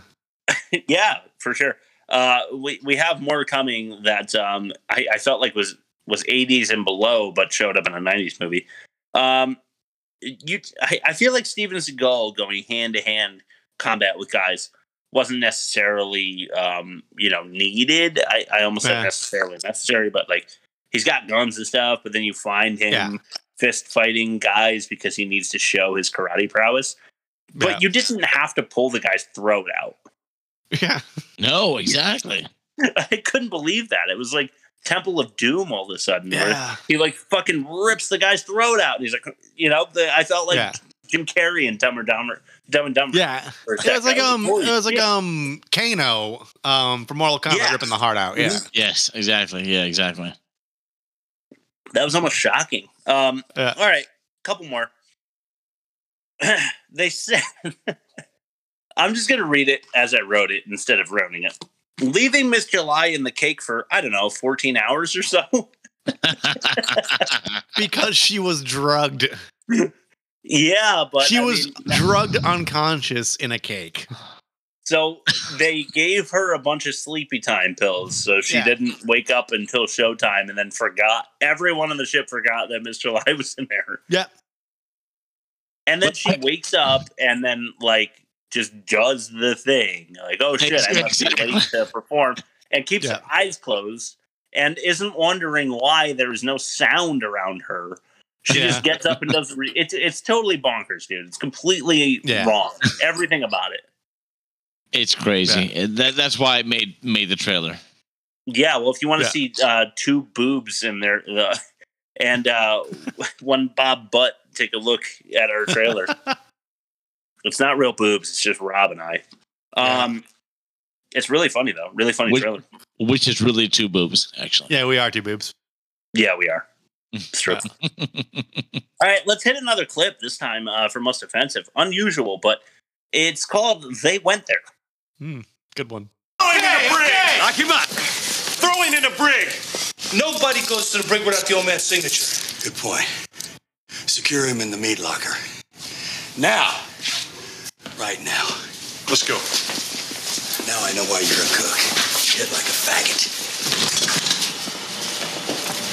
yeah, for sure. Uh, we we have more coming that um, I, I felt like was was eighties and below, but showed up in a nineties movie. Um, you, I, I feel like Steven Seagal going hand to hand combat with guys wasn't necessarily um, you know needed. I, I almost
Yeah.
said necessarily necessary, but like he's got guns and stuff. But then you find him
Yeah.
fist fighting guys because he needs to show his karate prowess. But
Yeah.
you didn't have to pull the guy's throat out.
Yeah.
No, exactly.
I couldn't believe that. It was like Temple of Doom all of a sudden. where
Yeah.
He like fucking rips the guy's throat out. And he's like, you know, the, I felt like
yeah.
Jim Carrey and Dumber Dumber, Dumb and Dumber.
Yeah.
for a
It was
second.
like
I
um, it
holy
was like
shit.
um, Kano um from Mortal Kombat
Yeah.
ripping the heart out. Yeah.
Yes, exactly. Yeah, exactly.
that was almost shocking. Um,
Yeah.
All right, couple more. they said, I'm just gonna read it as I wrote it instead of ruining it. leaving Miss July in the cake for I don't know 14 hours or so.
because she was drugged.
yeah, but
she
I
was
mean,
drugged unconscious in a cake.
so they gave her a bunch of sleepy time pills, so she
Yeah.
didn't wake up until showtime, and then forgot. Everyone on the ship forgot that Miss July was in there.
Yeah.
And then
But
she
I-
wakes up and then like just does the thing. Like, oh shit, I must be
Exactly.
late to perform. And keeps
Yeah.
her eyes closed and isn't wondering why there is no sound around her. She
Yeah.
just gets up and does the re- it's it's totally bonkers, dude. It's completely
Yeah.
wrong. Everything about it.
It's crazy. And That, that's why I made made the trailer.
Yeah, well, if you want to
Yeah.
see uh, two boobs in there, uh, and uh, one Bob butt, take a look at our trailer. it's not real boobs; it's just Rob and I. Um, it's really funny though. Really funny
Would-
trailer.
which is really two boobs, actually.
Yeah, we are two boobs.
Yeah, we are.
Hmm.
It's true. All right, let's hit another clip this time uh, for most offensive. Unusual, but it's called "They Went There."
Good one.
Throwing in a brig.
Knock him up.
Throwing in a brig. Nobody goes to the brig without the old man's signature.
Good point. Secure him in the meat locker. Now. Right now.
Let's go.
Now I know why you're a cook. Shit like a faggot.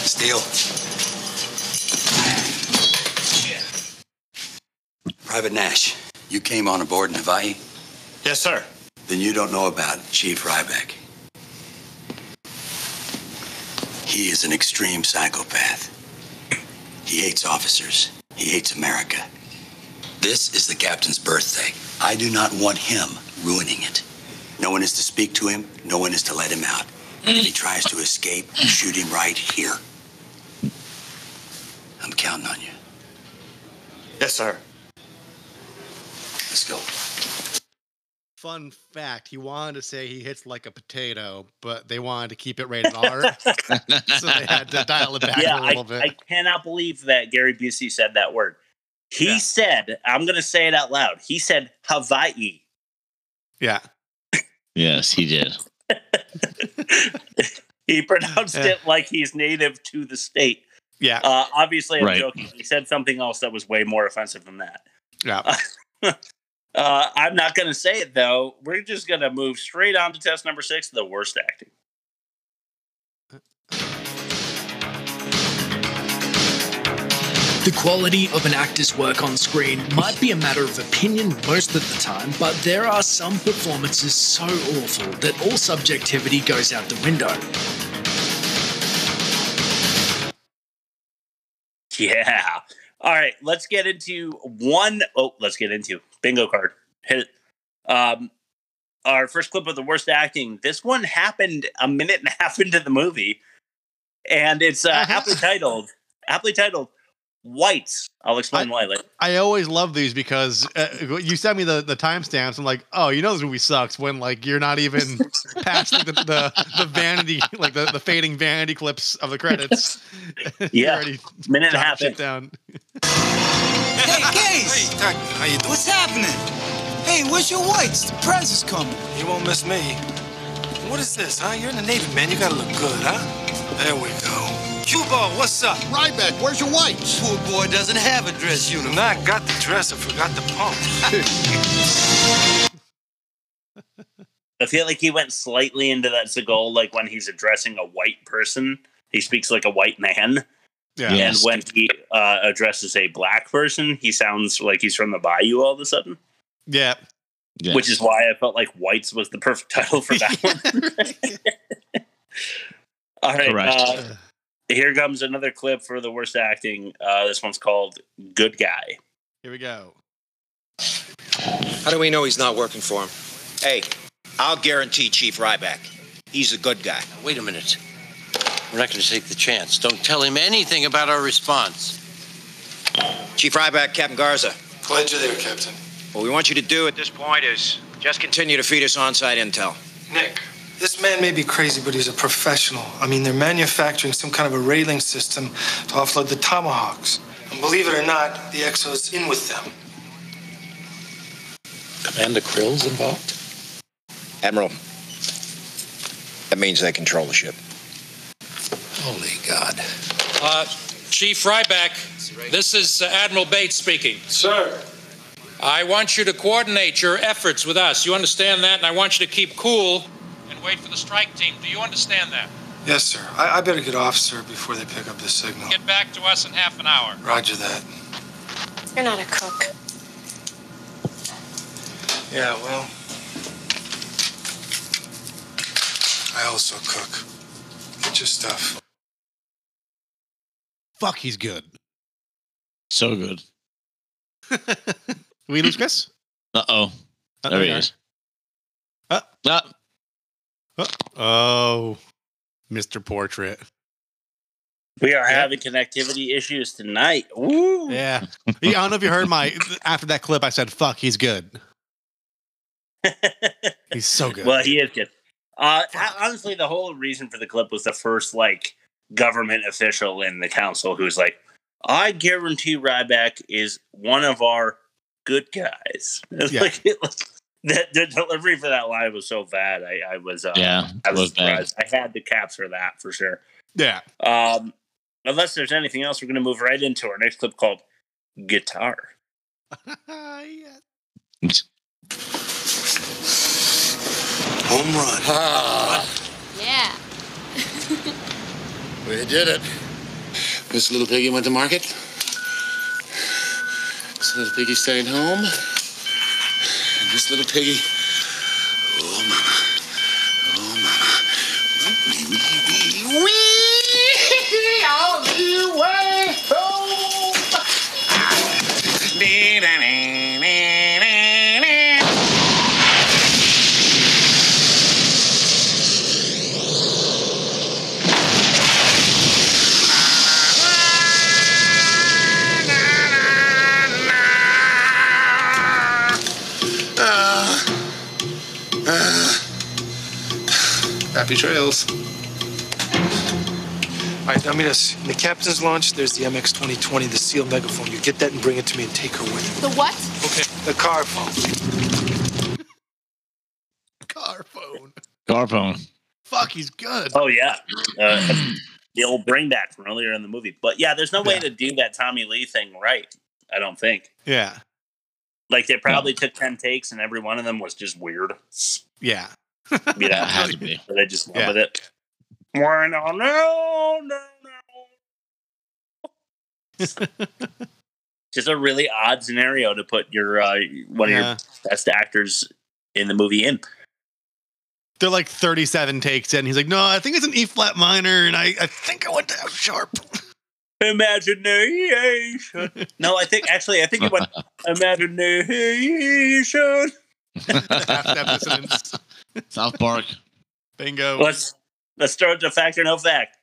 Steele. Private Nash, you came on aboard in Hawaii?
Yes, sir.
Then you don't know about Chief Ryback. He is an extreme psychopath. He hates officers. He hates America. This is the captain's birthday. I do not want him ruining it. No one is to speak to him. No one is to let him out. If he tries to escape, shoot him right here. I'm counting on you.
Yes, sir.
Let's go.
Fun fact: He wanted to say he hits like a potato, but they wanted to keep it rated R, so they had to dial it back
yeah,
a little
I,
bit.
I cannot believe that Gary Busey said that word. He
Yeah.
said, I'm going to say it out loud. He said Hawaii.
yeah,
yes, he did.
He pronounced
Yeah.
it like he's native to the state.
yeah,
Uh, obviously, I'm
Right.
joking. He said something else that was way more offensive than that.
yeah.
Uh, I'm not going to say it, though. We're just going to move straight on to test number six the worst acting.
The quality of an actor's work on screen might be a matter of opinion most of the time, but there are some performances so awful that all subjectivity goes out the window.
Yeah. All right. Let's get into one. Oh, let's get into bingo card. Hit it. Um, our first clip of the worst acting. This one happened a minute and a half into the movie, and it's uh,
Uh-huh.
aptly titled. Aptly titled. Whites. I'll explain why later.
I always love these because uh, you send me the the timestamps. I'm like, oh, you know this movie sucks when like you're not even past like, the, the the vanity, like the, the fading vanity clips of the credits. You're
Yeah.
already
Minute and a
jotting
half.
shit
in.
down.
Hey, Gaze,
Hey, Doc, how you doing?
what's happening? Hey, where's your whites? The prez is coming.
You won't miss me. What is this, huh? You're in the Navy, man. You gotta look good, huh? There we go. Cuba, what's up?
Ryback, where's your whites?
Poor boy doesn't have a dress
You
uniform.
know, I got the dress. I forgot the pumps.
I feel like he went slightly into that Seagal, like when he's addressing a white person, he speaks like a white man,
Yeah.
Yeah.
and
Yes.
when he uh, addresses a black person, he sounds like he's from the bayou all of a sudden.
Yeah.
Yes.
which is why I felt like Whites was the perfect title for that one. All right,
Correct.
uh, here comes another clip for the worst acting. Uh, this one's called "Good Guy."
Here we go.
How do we know he's not working for him? Hey, I'll guarantee Chief Ryback. He's a good guy.
Wait a minute. We're not going to take the chance. Don't tell him anything about our response.
Chief Ryback, Captain Garza.
Glad you're there, Captain.
What we want you to do at this point is just continue to feed us on-site intel.
Nick, this man may be crazy, but he's a professional. I mean, they're manufacturing some kind of a railing system to offload the tomahawks. And believe it or not, the Exo's in with them.
Commander Krill's involved?
Admiral, That means they control the ship. Holy God.
Uh, Chief Ryback, this is uh, Admiral Bates speaking. Sir. I want you to coordinate your efforts with us. You understand that? And I want you to keep cool and wait for the strike team. Do you understand that?
Yes, sir. I, I better get off, sir, before they pick up this signal.
Get back to us in half an hour.
Roger that.
You're not a cook.
Yeah, well. I also cook. Get your stuff.
Fuck, he's good.
So good.
We lose Chris?
Uh oh.
Uh,
There he
there
is.
Uh,
uh,
oh, Mr. Portrait.
We are having connectivity issues tonight. Woo!
Yeah. Yeah, I don't know if you heard my after that clip. I said, "Fuck, he's good." he's so good.
Well, he is good. Uh, I- honestly, the whole reason for the clip was the first like government official in the council who's like, "I guarantee Ryback is one of our good guys." It's
Yeah.
Like it was, the, the delivery for that line was so bad. I, I was uh,
Yeah,
I
it
was
was bad.
surprised. I had to capture that for sure.
Yeah.
Um, unless there's anything else, we're going to move right into our next clip called "Guitar."
Home run.
Yeah.
We did it. Miss Little Piggy went to market. Miss Little Piggy stayed home. And Miss Little Piggy. Oh, mama. Oh, mama. Wee, all the way home. Uh, uh,
Happy trails. All right, now meet us. In the captain's launch, there's the MX 2020, the SEAL megaphone. You get that and bring it to me and take her with you.
The what?
Okay. The car phone.
Garpone.
Fuck, he's good.
Oh yeah, uh, the old bring back from earlier in the movie. But yeah, there's no way to do that Tommy Lee thing right. I don't think.
Yeah.
Like they probably took ten takes, and every one of them was just weird.
Yeah.
You know,
had to be.
but I just went
Yeah.
with it. Why not? No, no, no. just a really odd scenario to put your uh, one
Yeah.
of your best actors in the movie in.
They're like 37 takes in. He's like, "No, I think it's an E flat minor, and I, I think I went to F sharp."
Imagination. No, I think actually, I think it went imagination.
South Park. Oh.
Bingo.
Let's let's start with the fact or no fact.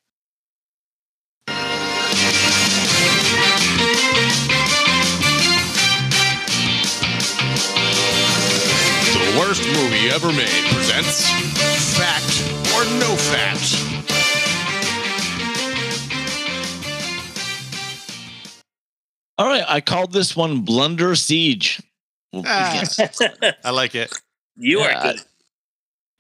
The worst movie ever made presents Fact or No Fact.
All right, I called this one Blunder Siege. Well,
Ah.
yes.
I like it.
You
Yeah, I-
are good.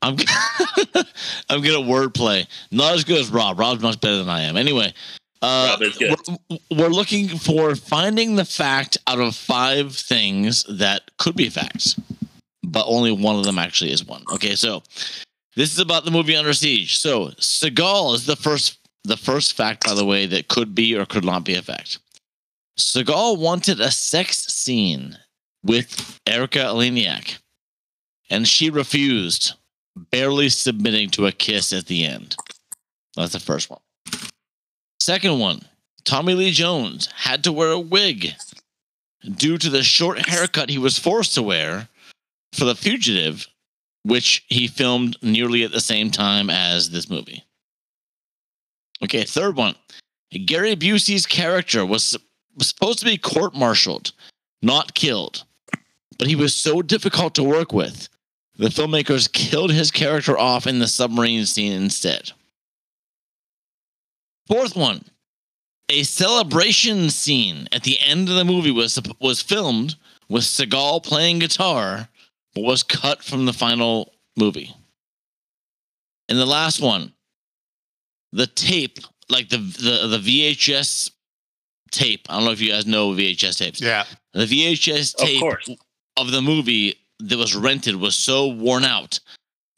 I'm I'm good at wordplay. Not as good as Rob. Rob's much better than I am. Anyway, uh,
Rob is good.
We're, we're looking for finding the fact out of five things that could be facts, but only one of them actually is one. Okay, so this is about the movie Under Siege. So Seagal is the first the first fact, by the way, that could be or could not be a fact. Seagal wanted a sex scene with Erica Eleniak, and she refused, barely submitting to a kiss at the end. That's the first one. Second one Tommy Lee Jones had to wear a wig due to the short haircut he was forced to wear for The Fugitive, which he filmed nearly at the same time as this movie. Okay, third one. Gary Busey's character was, sup- was supposed to be court martialed, not killed, but he was so difficult to work with, the filmmakers killed his character off in the submarine scene instead. Fourth one. A celebration scene at the end of the movie was sup- was filmed with Seagal playing guitar, but was cut from the final movie. And the last one, the tape, like the the the VHS tape. I don't know if you guys know VHS tapes.
Yeah.
The VHS
Of
tape
course.
of the movie that was rented was so worn out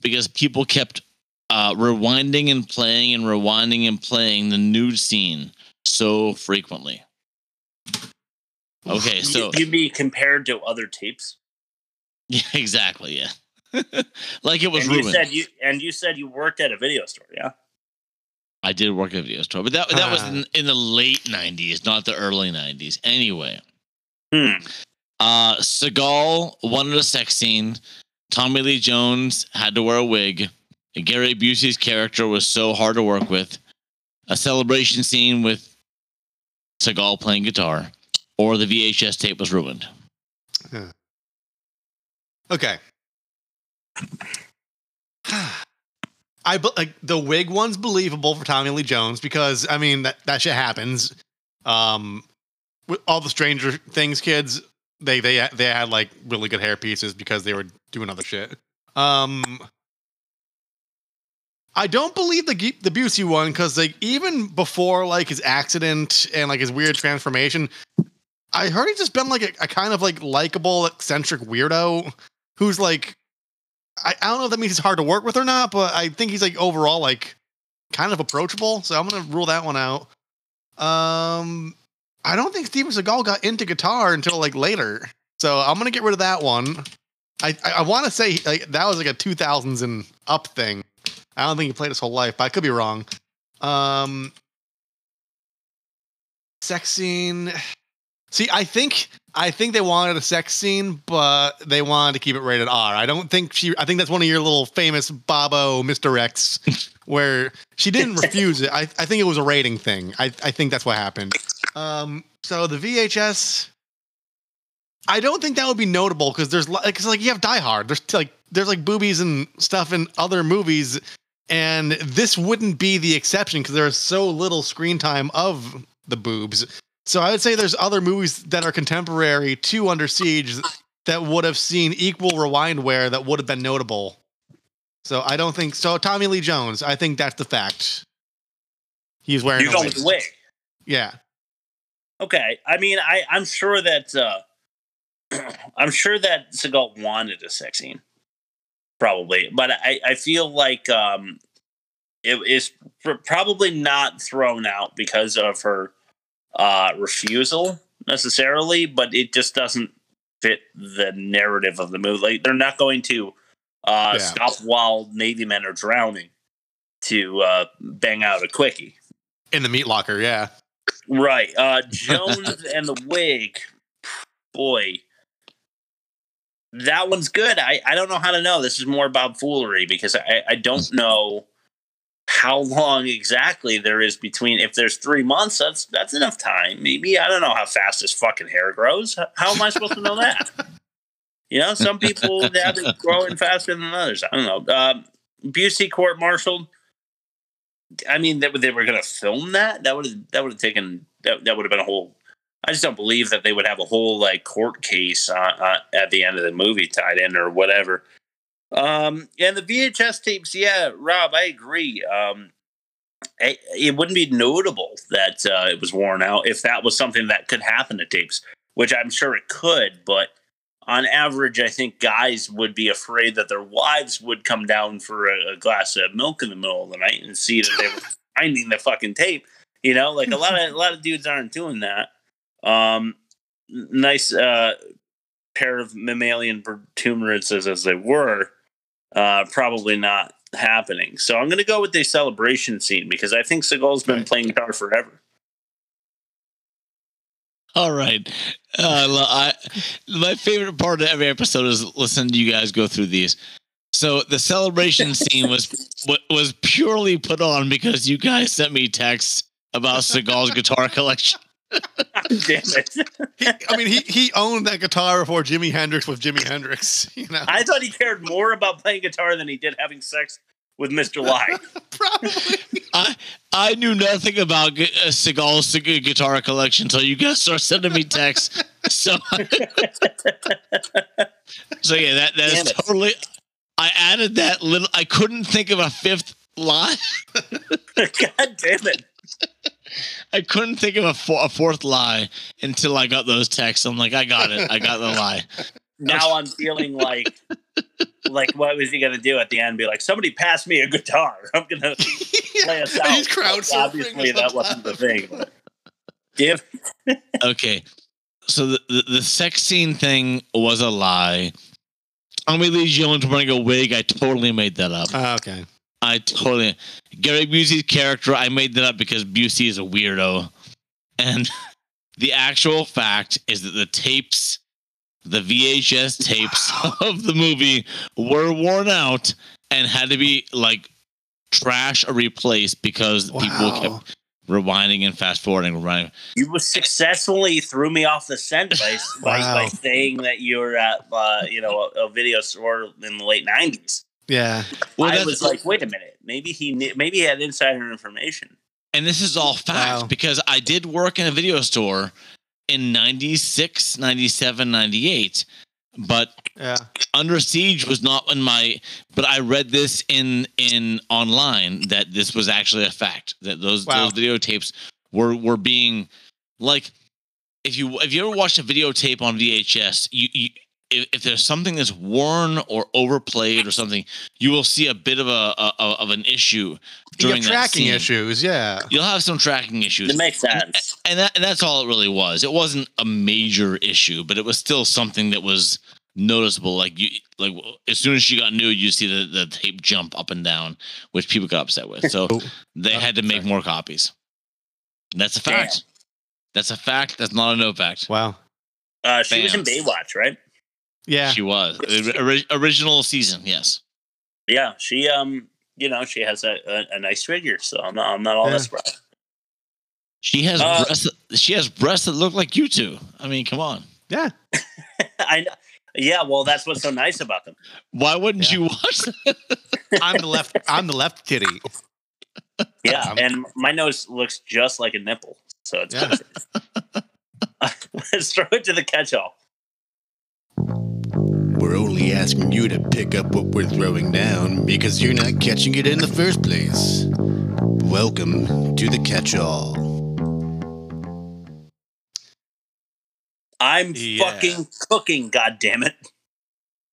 because people kept uh, rewinding and playing and rewinding and playing the nude scene so frequently. Okay, so
you, you mean compared to other tapes?
yeah, exactly, yeah. like it was
and you
ruined.
said you and you said you worked at a video store, yeah?
I did work at a video store, but that that was
Ah.
in, in the late '90s, not the early '90s. Anyway,
Hmm.
uh, Seagal wanted a sex scene. Tommy Lee Jones had to wear a wig. Gary Busey's character was so hard to work with. A celebration scene with Seagal playing guitar, or the VHS tape was ruined.
Okay. I be- like the wig one's believable for Tommy Lee Jones because I mean that that shit happens. Um, with all the Stranger Things kids, they they they had like really good hair pieces because they were doing other shit. Um, I don't believe the Ge- the Busey one because like even before like his accident and like his weird transformation, I heard he's just been like a, a kind of like likable, eccentric weirdo who's like, I, I don't know if that means he's hard to work with or not, but I think he's like overall like kind of approachable. So I'm gonna rule that one out. Um, I don't think Steven Seagal got into guitar until like later, so I'm gonna get rid of that one. I I, I want to say like that was like a 2000s and up thing. I don't think he played his whole life, but I could be wrong. Um, sex scene. See, I think I think they wanted a sex scene, but they wanted to keep it rated R. I don't think she. I think that's one of your little famous Bobo misdirects where she didn't refuse it. I, I think it was a rating thing. I I think that's what happened. Um. So the VHS. I don't think that would be notable because there's like, cause like you have Die Hard. There's like there's like boobies and stuff in other movies, and this wouldn't be the exception because there's so little screen time of the boobs. So I would say there's other movies that are contemporary to Under Siege that would have seen equal rewind wear that would have been notable. So I don't think so. Tommy Lee Jones, I think that's the fact. He's wearing.
You
a
go with the wig.
Yeah.
Okay. I mean, I, I'm sure that uh, I'm sure that Seagal wanted a sex scene, probably, but I, I feel like um, it is pr- probably not thrown out because of her uh, refusal necessarily, but it just doesn't fit the narrative of the movie. Like they're not going to uh,
Yeah.
stop while Navy men are drowning to uh, bang out a quickie.
In the meat locker, yeah.
Right. Uh Jones and the Wig. Boy. That one's good. I, I don't know how to know. This is more Bobfoolery because I, I don't know how long exactly there is between if there's three months, that's that's enough time. Maybe I don't know how fast his fucking hair grows. How- How am I supposed to know that? You know, some people have it growing faster than others. I don't know. Um, Busey court martialed. I mean, that they were going to film that. That would that would have taken that that would have been a whole. I just don't believe that they would have a whole like court case uh, uh, at the end of the movie tied in or whatever. Um, and the VHS tapes, yeah, Rob, I agree. Um, I, it wouldn't be notable that uh, it was worn out if that was something that could happen to tapes, which I'm sure it could. But on average, I think guys would be afraid that their wives would come down for a, a glass of milk in the middle of the night and see that they were finding the fucking tape. You know, like a lot of a lot of dudes aren't doing that. Um, n- nice uh, pair of mammalian protuberances as they were, uh, probably not happening. So I'm going to go with the celebration scene because I think Seagal's been playing guitar forever.
All right. Uh, lo- I, my favorite part of every episode is listening to you guys go through these. So the celebration scene was wa- was purely put on because you guys sent me texts about Seagal's guitar collection.
Damn it.
He, I mean, he he owned that guitar before Jimi Hendrix with Jimi Hendrix. You know,
I thought he cared more about playing guitar than he did having sex with Mr. Y.
I I knew nothing about gu- uh, Seagal's gu- guitar collection until you guys started sending me texts. So, so yeah, that that is totally. I added that little. I couldn't think of a fifth lie? God
damn it.
I couldn't think of a, fo- a fourth lie until I got those texts. I'm like, I got it. I got the lie.
Now I'm feeling like, like what was he gonna do at the end? Be like, somebody pass me a guitar. I'm gonna play a song.
He's crowd surfing or
Obviously, that wasn't the thing. but- Give
okay. So the, the, the sex scene thing was a lie. Tommy Lee Jones wearing a wig. I totally made that up.
Ah, okay.
I totally. Gary Busey's character, I made that up because Busey is a weirdo. And the actual fact is that the tapes, the VHS tapes of the movie were worn out and had to be like trash or replaced because people kept rewinding and fast forwarding. Rewinding.
You successfully threw me off the scent by, by, by
Wow.
saying that you were at uh, you know a, a video store in the late nineties.
Yeah.
I was like, wait a minute, maybe he knew, maybe he had insider information.
And this is all fact because I did work in a video store in 96, 97, 98. But
Yeah.
Under Siege was not in my but I read this in in online that this was actually a fact that those
Wow.
those videotapes were were being like if you if you ever watched a videotape on VHS, you, you if, if there's something that's worn or overplayed or something, you will see a bit of a, a a- of an issue
You
during
have
that
tracking
scene.
issues. Yeah.
You'll have some tracking issues.
It makes
sense.
And, that, and that's all it really was. It wasn't a major issue, but it was still something that was noticeable. Like you, like as soon as she got new, you see the, the tape jump up and down, which people got upset with. So they had to make more copies. And that's a fact. That's a fact. That's not a no fact.
Wow.
Uh, she was
Bam.
in Baywatch, right?
Yeah.
She was Ori- original season. Yes.
Yeah, she um, you know, she has a, a, a nice figure, so I'm not, I'm not all
Yeah.
that surprised.
She has
Uh,
breasts. She has breasts that look like you two. I mean, come on.
Yeah.
I know. Yeah, well, that's what's so nice about them.
Why wouldn't you watch?
I'm the left. I'm the left titty.
Yeah, and my nose looks just like a nipple, so it's let's throw it to the catch-all.
We're only asking you to pick up what we're throwing down because you're not catching it in the first place. Welcome to the catch all.
I'm
Yeah.
fucking cooking, god damn it.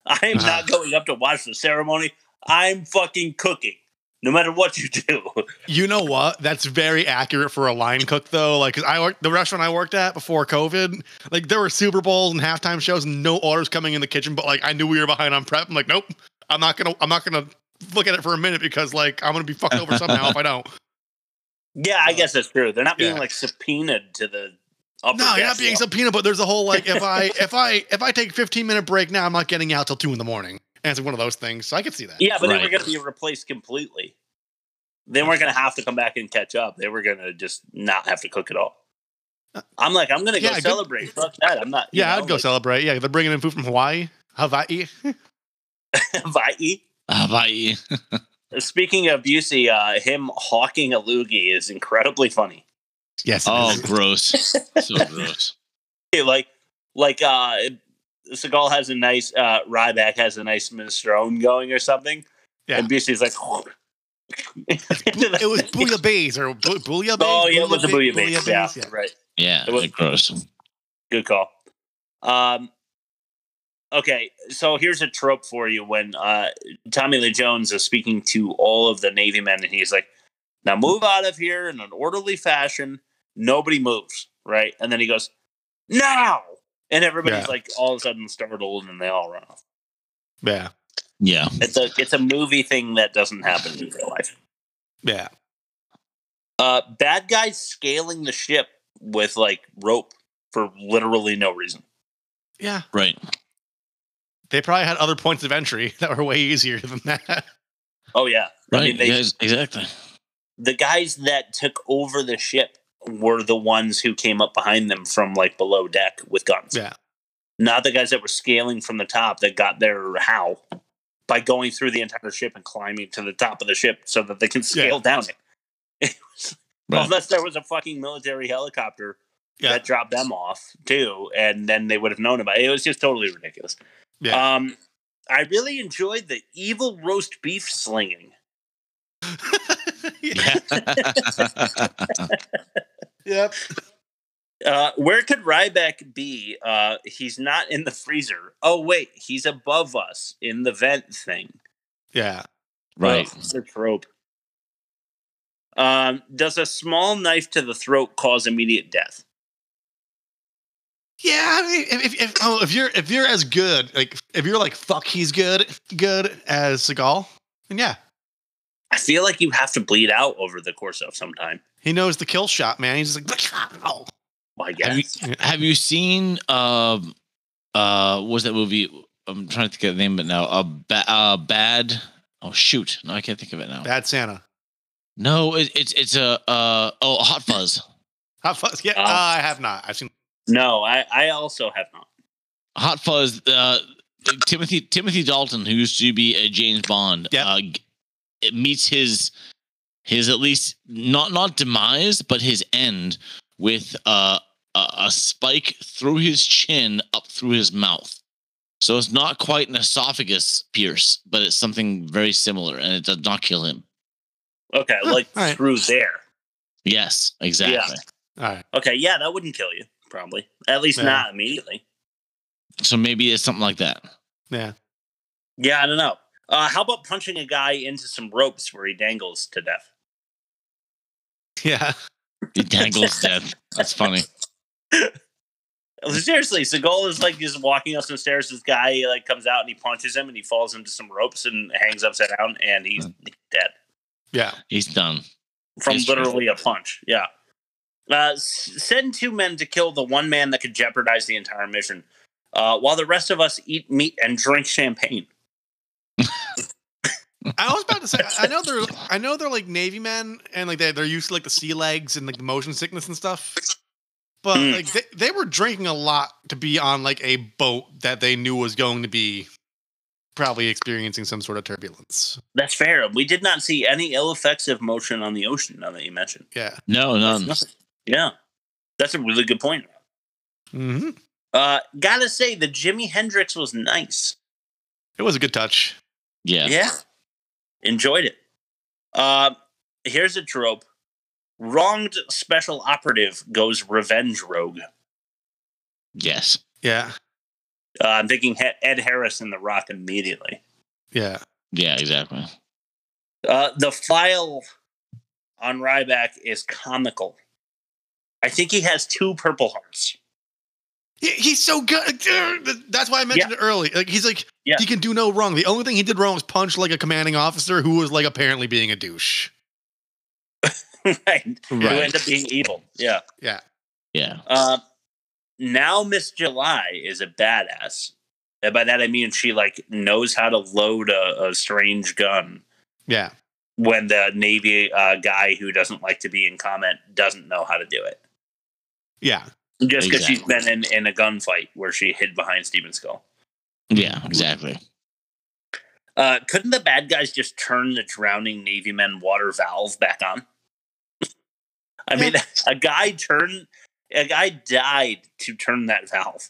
I am not going up to watch the ceremony. I'm fucking cooking. No matter what you do.
You know what? That's very accurate for a line cook, though. Like, 'cause I worked the restaurant I worked at before COVID. Like, there were Super Bowls and halftime shows, and no orders coming in the kitchen. But like, I knew we were behind on prep. I'm like, nope, I'm not gonna, I'm not gonna look at it for a minute because like, I'm gonna be fucked over somehow if I don't.
Yeah, I guess that's true. They're not being
Yeah.
like subpoenaed to the upper
No, you're not
desk
being
level.
subpoenaed, but there's a whole like, if I, if I, if I take 15 minute break now, I'm not getting out till two in the morning. And it's one of those things. So I could see that.
Yeah, but they were going to be replaced completely. They weren't going to have to come back and catch up. They were going to just not have to cook at all. I'm like, I'm going to
Uh, Yeah,
go
good-
celebrate. Fuck that. I'm not. you
Yeah,
know,
I'd go
like,
celebrate. Yeah, they're bringing in food from Hawaii, Hawaii.
Hawaii.
Hawaii.
Speaking of Busey, uh, him hawking a loogie is incredibly funny.
Yes.
Oh, gross. so gross.
Yeah, like like uh Seagal has a nice uh Ryback has a nice minestrone going or something.
Yeah.
And Busey's like
it was Booyah Bays or Boo- Booyah Bays.
Oh yeah, it was the booyah base. Yeah,
Bays,
right.
Yeah,
It was-
gross.
Good call. Um Okay, so here's a trope for you when uh Tommy Lee Jones is speaking to all of the Navy men and he's like, Now move out of here in an orderly fashion. Nobody moves, right? And then he goes, Now and everybody's
Yeah.
like all of a sudden startled and they all run off.
Yeah.
Yeah.
It's a it's a movie thing that doesn't happen in real life.
Yeah.
Uh, bad guys scaling the ship with like rope for literally no reason.
Yeah.
Right.
They probably had other points of entry that were way easier than that.
Oh yeah, I mean, they,
exactly.
the guys that took over the ship were the ones who came up behind them from like below deck with guns.
Yeah.
Not the guys that were scaling from the top that got their how by going through the entire ship and climbing to the top of the ship so that they can scale down it.
Right.
Unless there was a fucking military helicopter that dropped them off too, and then they would have known about it. It was just totally ridiculous.
Yeah.
Um, I really enjoyed the evil roast beef slinging.
Yep.
Uh, where could Ryback be? Uh, he's not in the freezer. Oh wait, he's above us in the vent thing.
Yeah.
Right.
Ugh, the trope. Um, does a small knife to the throat cause immediate death?
Yeah, I mean, if, if, if oh, if you're if you're as good, like if you're like fuck, he's good, good as Seagal, then yeah,
I feel like you have to bleed out over the course of some time.
he knows the kill shot, man. He's just like, oh,
Well, I
Have
guess.
you, have you seen um uh what was that movie? I'm trying to think of the name of it now. A ba- uh, bad oh shoot. No, I can't think of it now.
bad Santa.
No, it, it's it's a uh oh hot fuzz.
Hot fuzz. Yeah,
Oh.
uh, I have not. I've seen.
No, I, I also have not.
Hot Fuzz, uh, Timothy Timothy Dalton, who used to be a James Bond,
Yep.
uh, g- it meets his his at least not not demise, but his end with uh, a, a spike through his chin up through his mouth. So it's not quite an esophagus pierce, but it's something very similar, and it does not kill him.
Okay, like
all right.
through there.
Yes, exactly.
All right.
Okay, yeah, that wouldn't kill you, probably. At least
Yeah.
not immediately.
So maybe it's something like that.
Yeah.
Yeah, I don't know. Uh, how about punching a guy into some ropes where he dangles to death?
Yeah.
It dangles death. That's funny.
Seriously, Seagal is like just walking up some stairs. This guy he, like comes out and he punches him, and he falls into some ropes and hangs upside down, and he's dead
Yeah.
He's done.
from
It's true.
literally a punch. Yeah. Uh, s- send two men to kill the one man that could jeopardize the entire mission, uh, while the rest of us eat meat and drink champagne.
I was about to say. I I know they're. I know they're like navy men, and like they they're used to like the sea legs and like the motion sickness and stuff. But
Mm.
like they, they were drinking a lot to be on like a boat that they knew was going to be probably experiencing some sort of turbulence.
That's fair. We did not see any ill effects of motion on the ocean. Now that you mentioned,
Yeah.
No, none.
yeah, that's a really good point.
Mm-hmm.
Uh, gotta say, the Jimi Hendrix was nice.
It was a good touch.
Yeah.
Yeah. Enjoyed it. Uh, here's a trope wronged special operative goes revenge rogue.
Yes.
Yeah.
Uh, I'm thinking he- Ed Harris in The Rock immediately.
Yeah.
Yeah. Exactly.
Uh, the file on Ryback is comical. I think he has two purple hearts.
He- he's so good. That's why I mentioned it early. Like he's like
Yeah.
he can do no wrong. The only thing he did wrong was punch like a commanding officer who was like apparently being a douche.
right. Who
Right.
end up being evil. Yeah.
Yeah.
Yeah.
Uh, now Miss July is a badass. And by that I mean she like knows how to load a, a strange gun
Yeah.
when the Navy uh, guy who doesn't like to be in comment doesn't know how to do it.
Yeah.
Just because she's been in, in a gunfight where she hid behind Steven Skull.
Yeah. Exactly.
Uh, couldn't the bad guys just turn the drowning Navy men water valve back on? I mean, a guy turned, a guy died to turn that valve.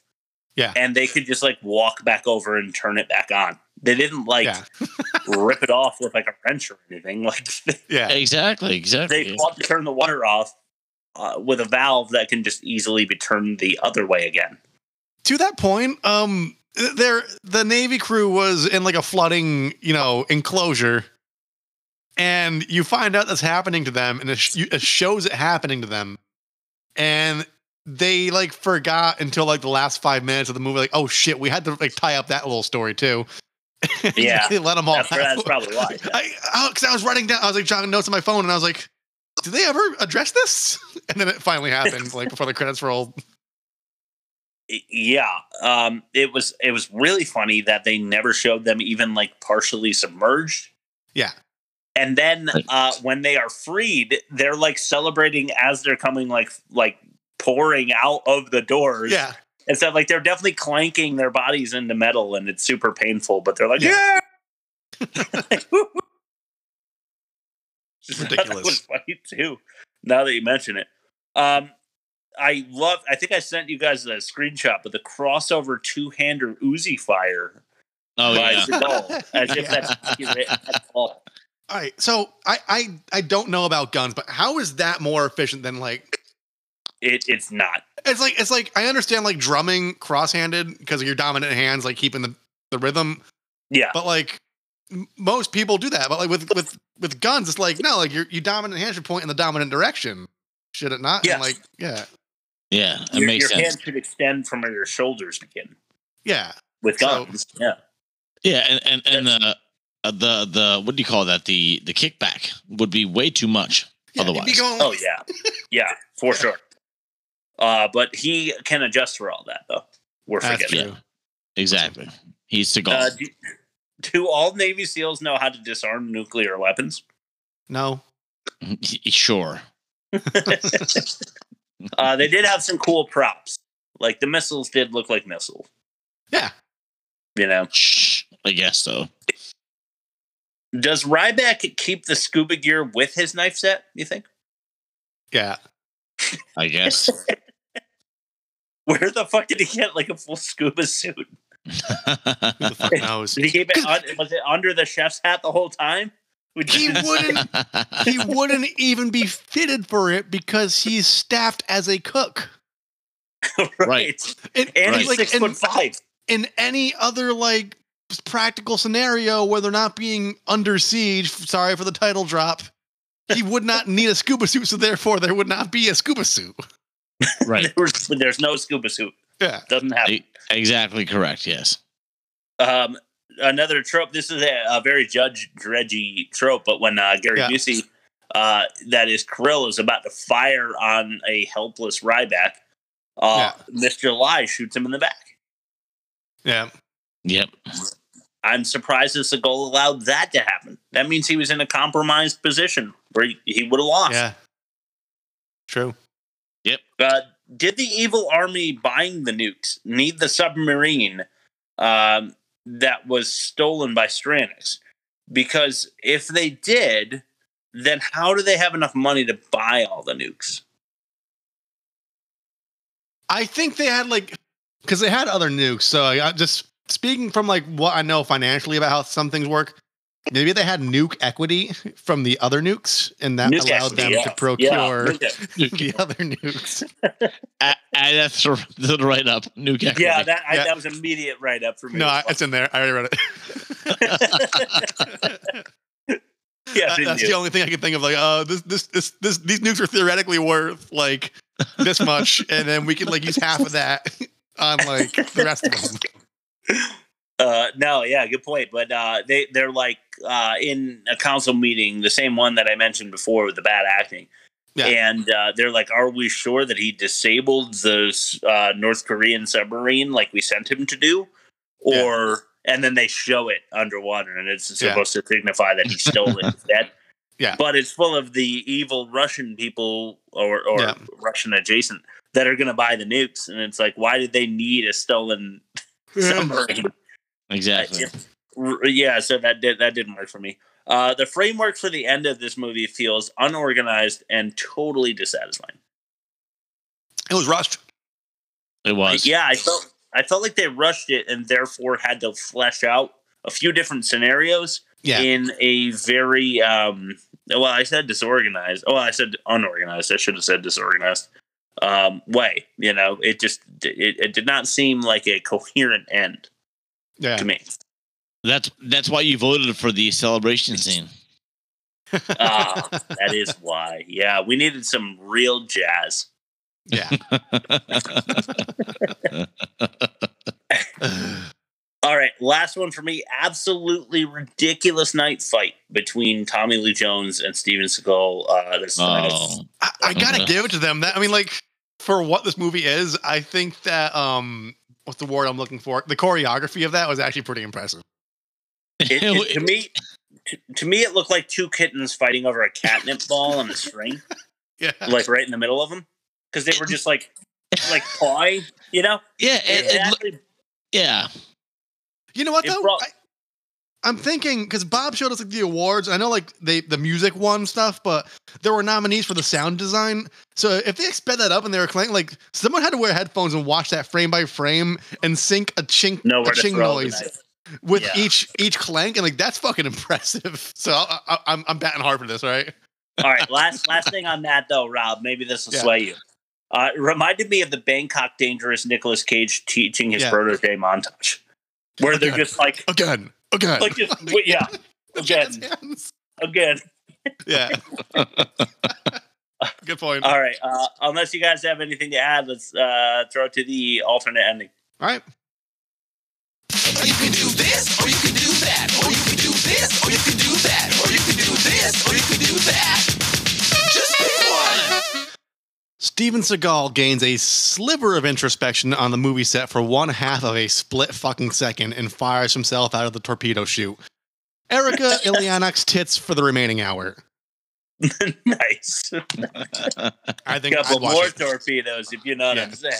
Yeah.
And they could just like walk back over and turn it back on. They didn't like
Yeah.
rip it off with like a wrench or anything. Like
Yeah.
Exactly. Exactly.
they want to turn the water off uh, with a valve that can just easily be turned the other way again.
To that point, um there the Navy crew was in like a flooding, you know, enclosure. And you find out that's happening to them and it, sh- it shows it happening to them. And they like forgot until like the last 5 minutes of the movie like, "Oh shit, we had to like tie up that little story too."
Yeah.
they let them all
That's-
out.
that's probably why, yeah.
I oh, because I was writing down, I was like jotting notes on my phone, and I was like, "Did they ever address this?" And then it finally happened, like before the credits rolled.
Y- yeah um it was it was really funny that they never showed them even like partially submerged
Yeah,
and then uh when they are freed they're like celebrating as they're coming like like pouring out of the doors
yeah,
and so like they're definitely clanking their bodies into metal and it's super painful but they're like yeah,
Yeah.
that
ridiculous.
was funny too now that you mention it um I love. I think I sent you guys a screenshot, but the crossover two-hander Uzi fire
Oh
by
yeah.
Seagal, as if that's
Yeah.
accurate at all.
All right, so I, I I don't know about guns, but how is that more efficient than like
It, it's not.
it's like it's like I understand like drumming cross-handed because of your dominant hands like keeping the, the rhythm.
Yeah.
But like m- most people do that, but like with with with guns, it's like no, like your your dominant hand should point in the dominant direction, should it not?
Yes.
And like yeah,
Yeah, it
your,
makes
your
sense.
hand should extend from where your shoulders begin
yeah.
with guns. yeah.
Yeah, and and and the uh, the the what do you call that? The the kickback would be way too much otherwise.
oh yeah, yeah, for sure. Uh, but he can adjust for all that though. We're forgetting.
Yeah, exactly. He's Seagal.
Uh, do, do all Navy SEALs know how to disarm nuclear weapons?
No.
sure.
Uh, they did have some cool props. Like the missiles did look like missiles.
Yeah.
You know?
I guess so.
Does Ryback keep the scuba gear with his knife set, you think?
Yeah.
I guess.
Where the fuck did he get like a full scuba suit?
Who the fuck knows?
Did he keep it un- was it under the chef's hat the whole time? Would
He
you-
wouldn't he wouldn't even be fitted for it because he's staffed as a cook.
right.
And,
And
and
he's
like
six
in,
foot five.
in any other like s- practical scenario where they're not being under siege, f- sorry for the title drop, he would not need a scuba suit, so therefore there would not be a scuba suit.
Right.
There's, there's no scuba suit.
Yeah.
Doesn't happen.
E- Exactly correct. Yes.
um, another trope. This is a, a very Judge Dredgy trope, but when uh, Gary
Yeah.
Busey, uh, that is Krill, is about to fire on a helpless Ryback, uh, Mr. Lai shoots him in the back.
Yeah.
Yep.
I'm surprised that Seagal allowed that to happen. That means he was in a compromised position where he, he would have lost.
Yeah. True.
Yep.
Uh, did the evil army buying the nukes need the submarine um, that was stolen by Stranix? Because if they did, then how do they have enough money to buy all the nukes?
I think they had like because they had other nukes. So I I just speaking from like what I know financially about how some things work. Maybe they had nuke equity from the other nukes, and that
Nuke
allowed them
equity, yeah.
to
Yeah,
procure
nuke
the other nukes.
I, I, that's the the right up. New Gecko.
Yeah, that, I,
Yeah.
that was immediate write up for me.
No, I- it's in there. I already read it.
yeah,
That-
they
that's
do.
the only thing I can think of. Like, oh, this, this, this, this, these nukes are theoretically worth like this much, and then we can like use half of that on like the rest of them.
Uh, no, yeah, good point. But uh, they they're like uh, in a council meeting, the same one that I mentioned before with the bad acting,
Yeah.
and uh, they're like, "Are we sure that he disabled the uh, North Korean submarine like we sent him to do?" Or and then they show it underwater, and it's
Yeah.
supposed to signify that he stole it instead.
Yeah.
but it's full of the evil Russian people or or
Yeah.
Russian adjacent that are going to buy the nukes, and it's like, why did they need a stolen submarine?
Exactly.
R- yeah so that did that didn't work for me uh the framework for the end of this movie feels unorganized and totally dissatisfying
It was rushed.
It was.
yeah i felt i felt like they rushed it and therefore had to flesh out a few different scenarios
Yeah.
in a very um well i said disorganized well i said unorganized i should have said disorganized um way you know it just it, it did not seem like a coherent end
Yeah.
to me
That's that's why you voted for the celebration scene.
ah, that is why. Yeah, we needed some real jazz.
Yeah.
All right, last one for me. Absolutely ridiculous night fight between Tommy Lee Jones and Steven Seagal. Uh, this
oh,
I, I
Uh-huh.
gotta give it to them. That I mean, like for what this movie is, I think that um, what's the word I'm looking for? The choreography of that was actually pretty impressive.
it, it- to me, to, to me, it looked like two kittens fighting over a catnip ball on a string,
Yeah.
like right in the middle of them, because they were just like, like pawing, you know.
yeah, it,
It
it loo-
actually
yeah.
You know what
It
though?
brought-
I, I'm thinking because Bob showed us like the awards. I know like they the music won stuff, but there were nominees for the sound design. So if they sped that up and they were claiming like someone had to wear headphones and watch that frame by frame and sync a chink
nowhere
a
to
ching
throw the
noise.
knife.
with
Yeah.
each each clank, and like that's fucking impressive. So I, I, I'm I'm batting hard for this, all right?
All right, last last thing on that though, Rob. Maybe this will
Yeah.
sway you. Uh, it reminded me of the Bangkok Dangerous Nicolas Cage teaching his
Yeah.
protege montage, where they're
Again.
just like
again, again,
like just w- yeah, again, again.
yeah. Good point.
All right, uh, unless you guys have anything to add, let's uh, throw it to the alternate ending.
All right.
this, or you can do that, or you can do this, or you can do that, or you can do this, or you can do that. Just pick one.
Steven Seagal gains a sliver of introspection on the movie set for one half of a split fucking second and fires himself out of the torpedo chute. Erica Ilianak's tits for the remaining hour.
nice.
I think
couple
I'd watch
more
it.
torpedoes, if you know what I'm saying.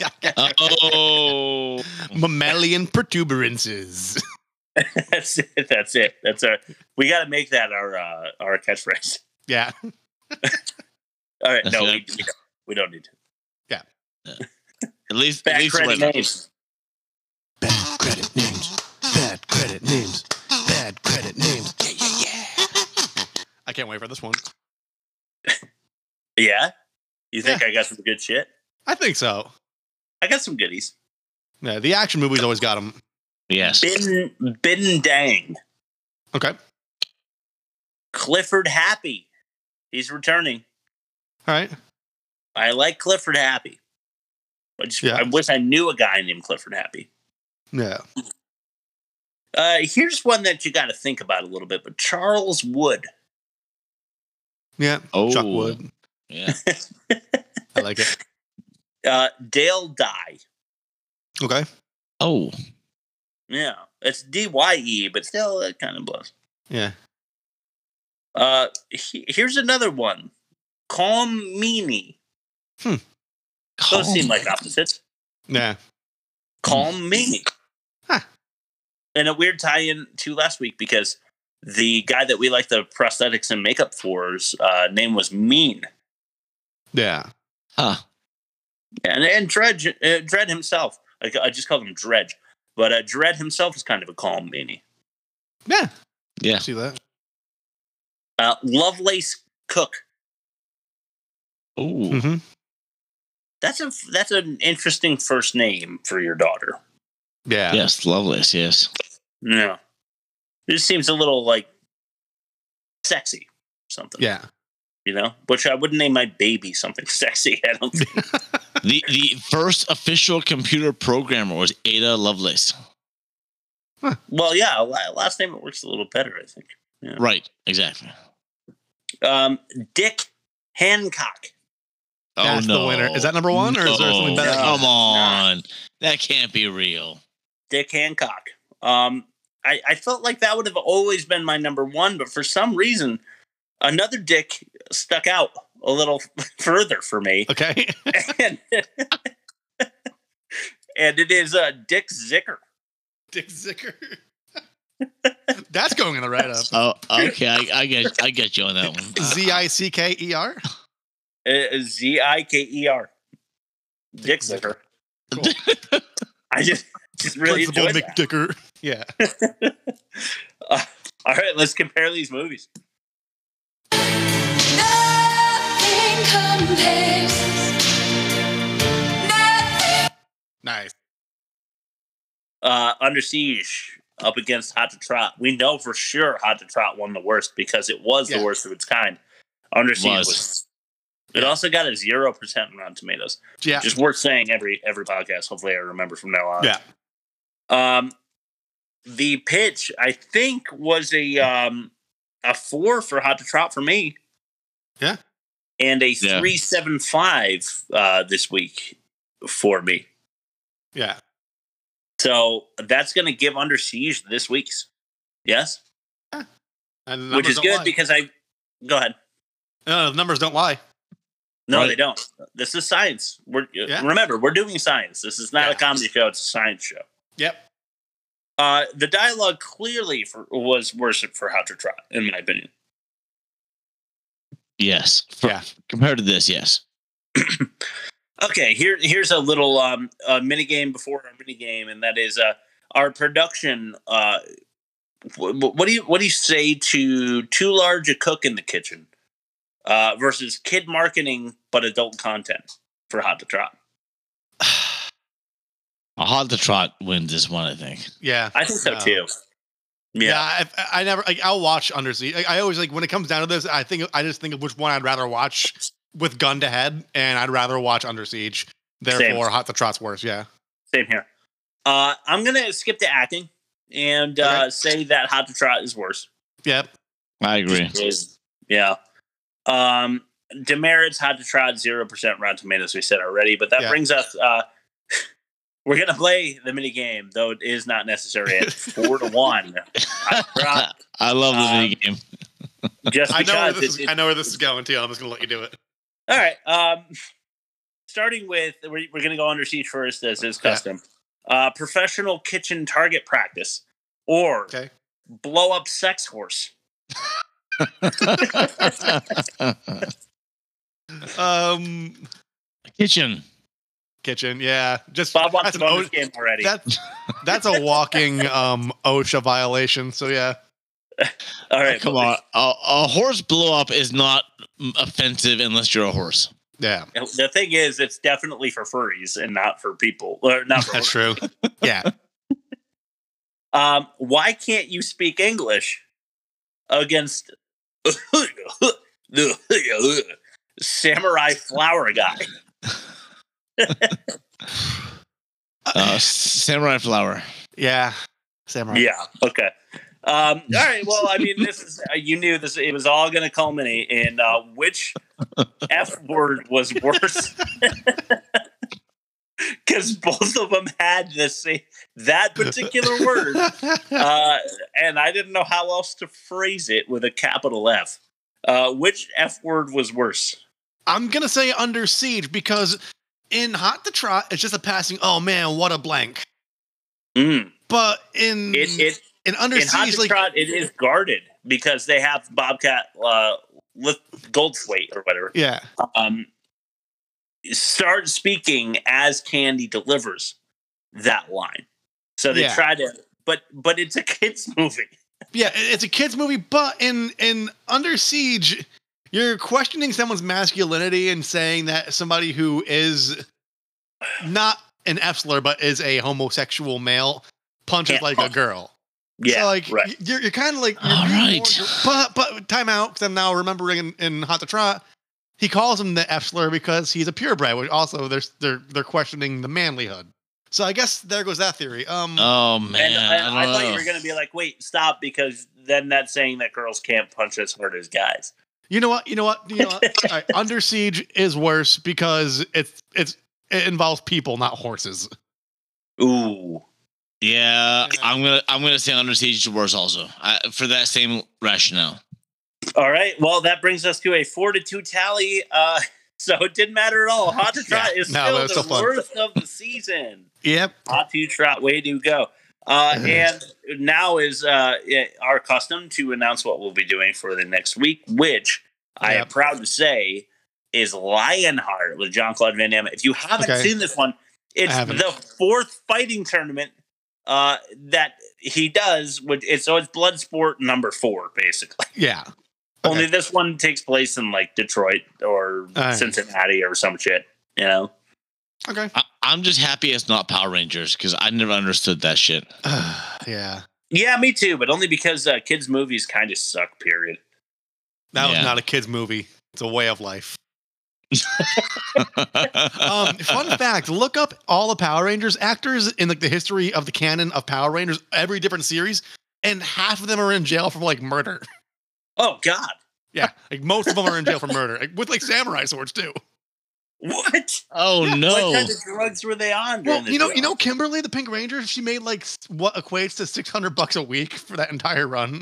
oh,
mammalian protuberances.
that's it. That's it. That's our. We got to make that our uh, our catchphrase.
Yeah.
All right,
That's
no,
it.
we, we, don't, we don't need to.
Yeah.
At least,
Bad
at least
credit
women.
names.
Bad credit names. Bad credit names. Bad credit names.
I can't wait for this one.
Yeah, you think I got some good shit?
I think so.
I got some goodies.
Yeah, the action movies always got them.
Yes.
Bin Bin Dang,
Okay. All
Clifford Happy, he's returning.
right.
I like Clifford Happy. I, just,
Yeah.
I wish I knew a guy named Clifford Happy.
Yeah.
Uh, here's one that you got to think about a little bit, but Charles Wood.
Yeah.
Oh.
Chuck Wood.
Yeah.
I like it.
Uh, Dale Dye.
Okay.
Oh.
Yeah, it's D Y E, but still, it kind of blows.
Yeah.
Uh, he, here's another one. Calm Meanie.
Hmm.
Those seem like opposites.
Yeah.
Calm Meanie.
Hmm. Huh.
And a weird tie-in to last week because the guy that we like the prosthetics and makeup for's uh, name was Mean,
Yeah.
Huh.
and and Dredge uh, Dread himself. I, I just called him Dredge, but uh, Dread himself is kind of a calm meanie.
Yeah.
Yeah.
See that?
Uh, Lovelace Cook.
Oh.
Mm-hmm.
That's a that's an interesting first name for your daughter.
Yeah.
Yes. Loveless. Yes.
Yeah. It just seems a little like sexy, something.
Yeah.
You know? Which I wouldn't name my baby something sexy. I don't think.
The the first official computer programmer was Ada Lovelace.
well, yeah, la- last name it works a little better, I think.
Right. Exactly.
Um, Dick Hancock.
Oh
That's the
no.
winner. Is that number one, or is there something
No.
better?
Come on. That can't be real.
Dick Hancock. Um, I, I felt like that would have always been my number one, but for some reason, another Dick stuck out a little further for me.
Okay.
and, and it is uh, Dick Zicker.
Dick Zicker. That's going in the write up.
Oh, okay. I, I get I get you on that one.
Z I C K E R.
Uh, Z I K E R. Dick Zicker.
Cool.
I just just really
Principal
enjoyed that.
McDicker. Yeah.
Uh, all right, let's compare these movies.
Nothing compares.
Nice.
Uh, Under Siege up against Hot to Trot. We know for sure Hot to Trot won the worst because it was
Yeah.
the worst of its kind. Under Siege
Was.
was. It also got a zero percent on Rotten Tomatoes.
Yeah.
Just worth saying every every podcast. Hopefully, I remember from now on.
Yeah.
Um, the pitch I think was a um a four for Hot to Trot for me.
Yeah.
and a
Yeah.
three seven five uh, this week for me.
Yeah.
So that's going to give Under Siege this week's. Yes,
And the
which
numbers
is
don't
good
lie.
because I go ahead.
No, the numbers don't lie.
No,
Right.
they don't. This is science. We're uh,
Yeah.
remember we're doing science. This is not a
Yeah.
comedy show. It's a science show.
Yep.
Uh, the dialogue clearly for, was worse for How to Trot, in my opinion.
Yes. For-
Yeah.
Compared to this, yes.
Okay, here here's a little um uh, mini game before our mini game, and that is uh, our production. Uh, wh- wh- what do you what do you say to too large a cook in the kitchen uh, versus kid marketing but adult content for Hot to Trot?
A hot to trot wins this one, I think.
Yeah,
I think so
No.
too.
Yeah, I, I never. Like, I'll watch Undersea. I, I always like when it comes down to this. I think I just think of which one I'd rather watch with gun to head, and I'd rather watch Under Siege. Therefore, Hot the Trot's worse. Yeah,
Same here. Uh, I'm gonna skip to acting and uh, say that Hot to Trot is worse.
Yep.
I agree.
Yeah. Um, demerits had to trot zero percent Rotten Tomatoes. We said already, but that
Yeah.
brings us. Uh, we're gonna play the mini game, though it is not necessary. At four to one. Hot to Trot,
I love the video game.
Just
I know where
because
this is,
it- it-
I know where this is going too. I'm just gonna let you do it.
All right. Um, starting with, we're, we're going to go under siege first, as is custom. Uh, professional kitchen target practice or blow up sex horse.
Um,
kitchen,
kitchen. Yeah, just
Bob wants
that's
to
an
bonus
O-
game already.
That's that's a walking um OSHA violation. So yeah,
All right,
come on. A, a horse blow up is not mm, offensive unless you're a horse.
Yeah,
The thing is, it's definitely for furries and not for people. Or not for
that's true. Yeah,
Um, why can't you speak English against the samurai flower guy?
Uh, samurai flower.
yeah, samurai.
Yeah. Okay. Um, all right. Well, I mean, this is uh, you knew this. It was all going to culminate in uh, which F word was worse, because both of them had this same- that particular word, uh, and I didn't know how else to phrase it with a capital F. Uh, which F word was worse?
I'm gonna say under siege because in Hot the Trot, it's just a passing. Oh man, what a blank.
Mm.
But in
it, it
in under
in Hot
siege,
to
like
Trot, it is guarded because they have Bobcat uh, Lith- Goldthwait or whatever.
yeah,
um, start speaking as Candy delivers that line. So they
Yeah.
try to, but but it's a kids movie.
yeah, it- it's a kids movie. But in in under siege, you're questioning someone's masculinity and saying that somebody who is not an F slur but is a homosexual male punches
Can't
like
punch.
a girl.
Yeah,
so like
right.
y- you're, you're kind of like you're,
All
you're-
right.
you're- but but time out because I'm now remembering in, in Hot to Trot, he calls him the F slur because he's a purebred, which also they're they're they're questioning the manlyhood. So I guess there goes that theory. Um,
Oh man,
and
I don't
I, I thought you
know.
were gonna be like, wait, stop, because then that's saying that girls can't punch as hard as guys.
You know what? You know what? You know what? All right, Under siege is worse because it's it's it involves people, not horses.
Ooh.
Yeah, I'm gonna I'm gonna say under siege is worse also I, for that same rationale.
All right. Well, that brings us to a four to two tally. Uh, so it didn't matter at all. Hot to Trot
Yeah,
is
no,
still
that's
the
so fun.
worst of the season.
Yep.
Hot to trot, way to go. Uh,
Mm-hmm.
and now is uh, it- our custom to announce what we'll be doing for the next week, which I am proud to say is Lionheart with John Claude Van Damme. If you haven't
Okay.
seen this one, it's
haven't.
the fourth fighting tournament uh, that he does. With, it's, so it's Bloodsport number four, basically.
Yeah.
Only this one takes place in like Detroit or
All right.
Cincinnati or some shit, you know?
Okay.
I, I'm just happy it's not Power Rangers because I never understood that shit.
Yeah.
Yeah, me too, but only because uh, kids' movies kind of suck. Period.
That
Yeah.
was not a kids movie. It's a way of life. um, fun fact: Look up all the Power Rangers actors in like the history of the canon of Power Rangers, every different series, and half of them are in jail for like murder.
Oh God!
Yeah, like most of them are in jail for murder, like, with like samurai swords too.
What?
Oh
What
no!
kind of drugs were they on? during
Well,
the
you know,
drill?
you know, Kimberly the Pink Ranger, she made like s- what equates to six hundred bucks a week for that entire run.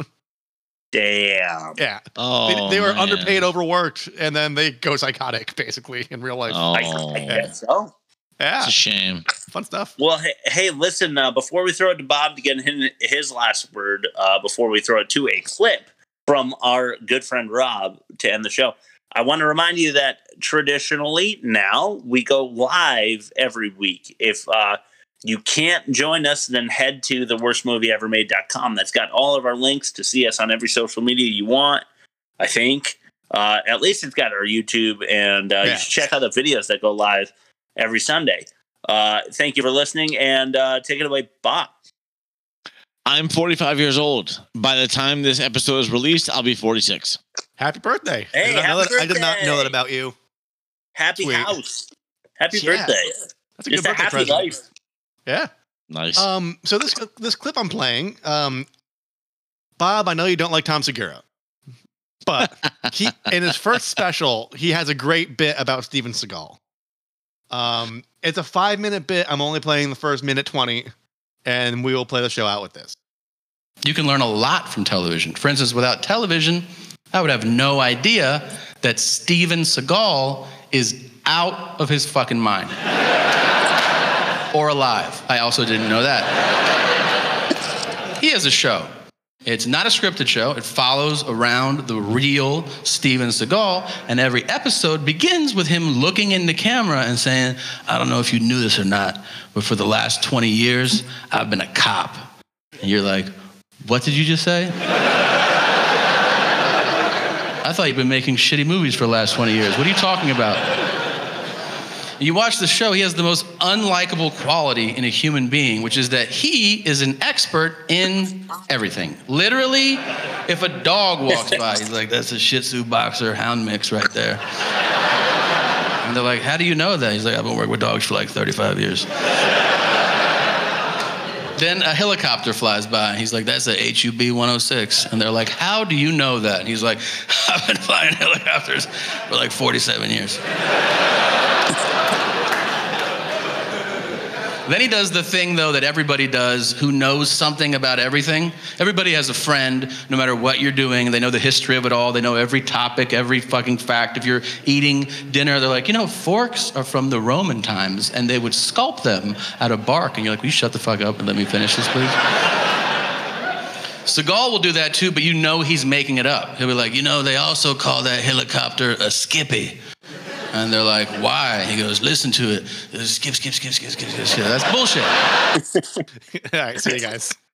Damn.
Yeah,
Oh,
they, they were
man.
underpaid, overworked, and then they go psychotic basically in real life.
Oh,
I
it's
guess so.
Yeah,
a shame.
fun stuff.
Well, hey, hey listen. Uh, before we throw it to Bob to get him his last word, uh, before we throw it to a clip from our good friend Rob to end the show, I want to remind you that traditionally now we go live every week. If uh, you can't join us, then head to theworstmovieevermade.com. That's got all of our links to see us on every social media you want, I think. Uh, at least it's got our YouTube, and uh,
Yeah.
you should check out the videos that go live every Sunday. Uh, thank you for listening, and uh, take it away, Bob.
I'm 45 years old. By the time this episode is released, I'll be 46.
Happy birthday.
Hey,
I, did not know
happy
that, I did not know
birthday.
that about you.
Happy
Sweet.
house. Happy
Yeah.
birthday.
That's a good
it's a
birthday
happy
present.
life.
Yeah.
Nice.
Um, so this this clip I'm playing, um, Bob, I know you don't like Tom Segura, but he in his first special he has a great bit about Steven Seagal. Um, it's a five minute bit. I'm only playing the first minute twenty, and we will play the show out with this.
You can learn a lot from television. For instance, without television, I would have no idea that Steven Seagal is out of his fucking mind or alive. I also didn't know that. he has a show. It's not a scripted show. It follows around the real Steven Seagal, and every episode begins with him looking in the camera and saying, I don't know if you knew this or not, but for the last 20 years, I've been a cop. And you're like, what did you just say? I thought you've been making shitty movies for the last 20 years. What are you talking about? You watch the show, he has the most unlikable quality in a human being, which is that he is an expert in everything. Literally, if a dog walks by, he's like, that's a Shih Tzu boxer hound mix right there. And they're like, how do you know that? He's like, I've been working with dogs for like 35 years. Then a helicopter flies by. and He's like, that's a HUB 106. And they're like, how do you know that? And he's like, I've been flying helicopters for like 47 years. Then he does the thing, though, that everybody does who knows something about everything. Everybody has a friend, no matter what you're doing. They know the history of it all. They know every topic, every fucking fact. If you're eating dinner, they're like, you know, forks are from the Roman times, and they would sculpt them out of bark. And you're like, will you shut the fuck up and let me finish this, please? Seagal will do that too, but you know he's making it up. He'll be like, you know, they also call that helicopter a skippy. And they're like, why? He goes, listen to it. Skip, skip, skip, skip, skip, skip, skip. That's bullshit.
All right, see you guys.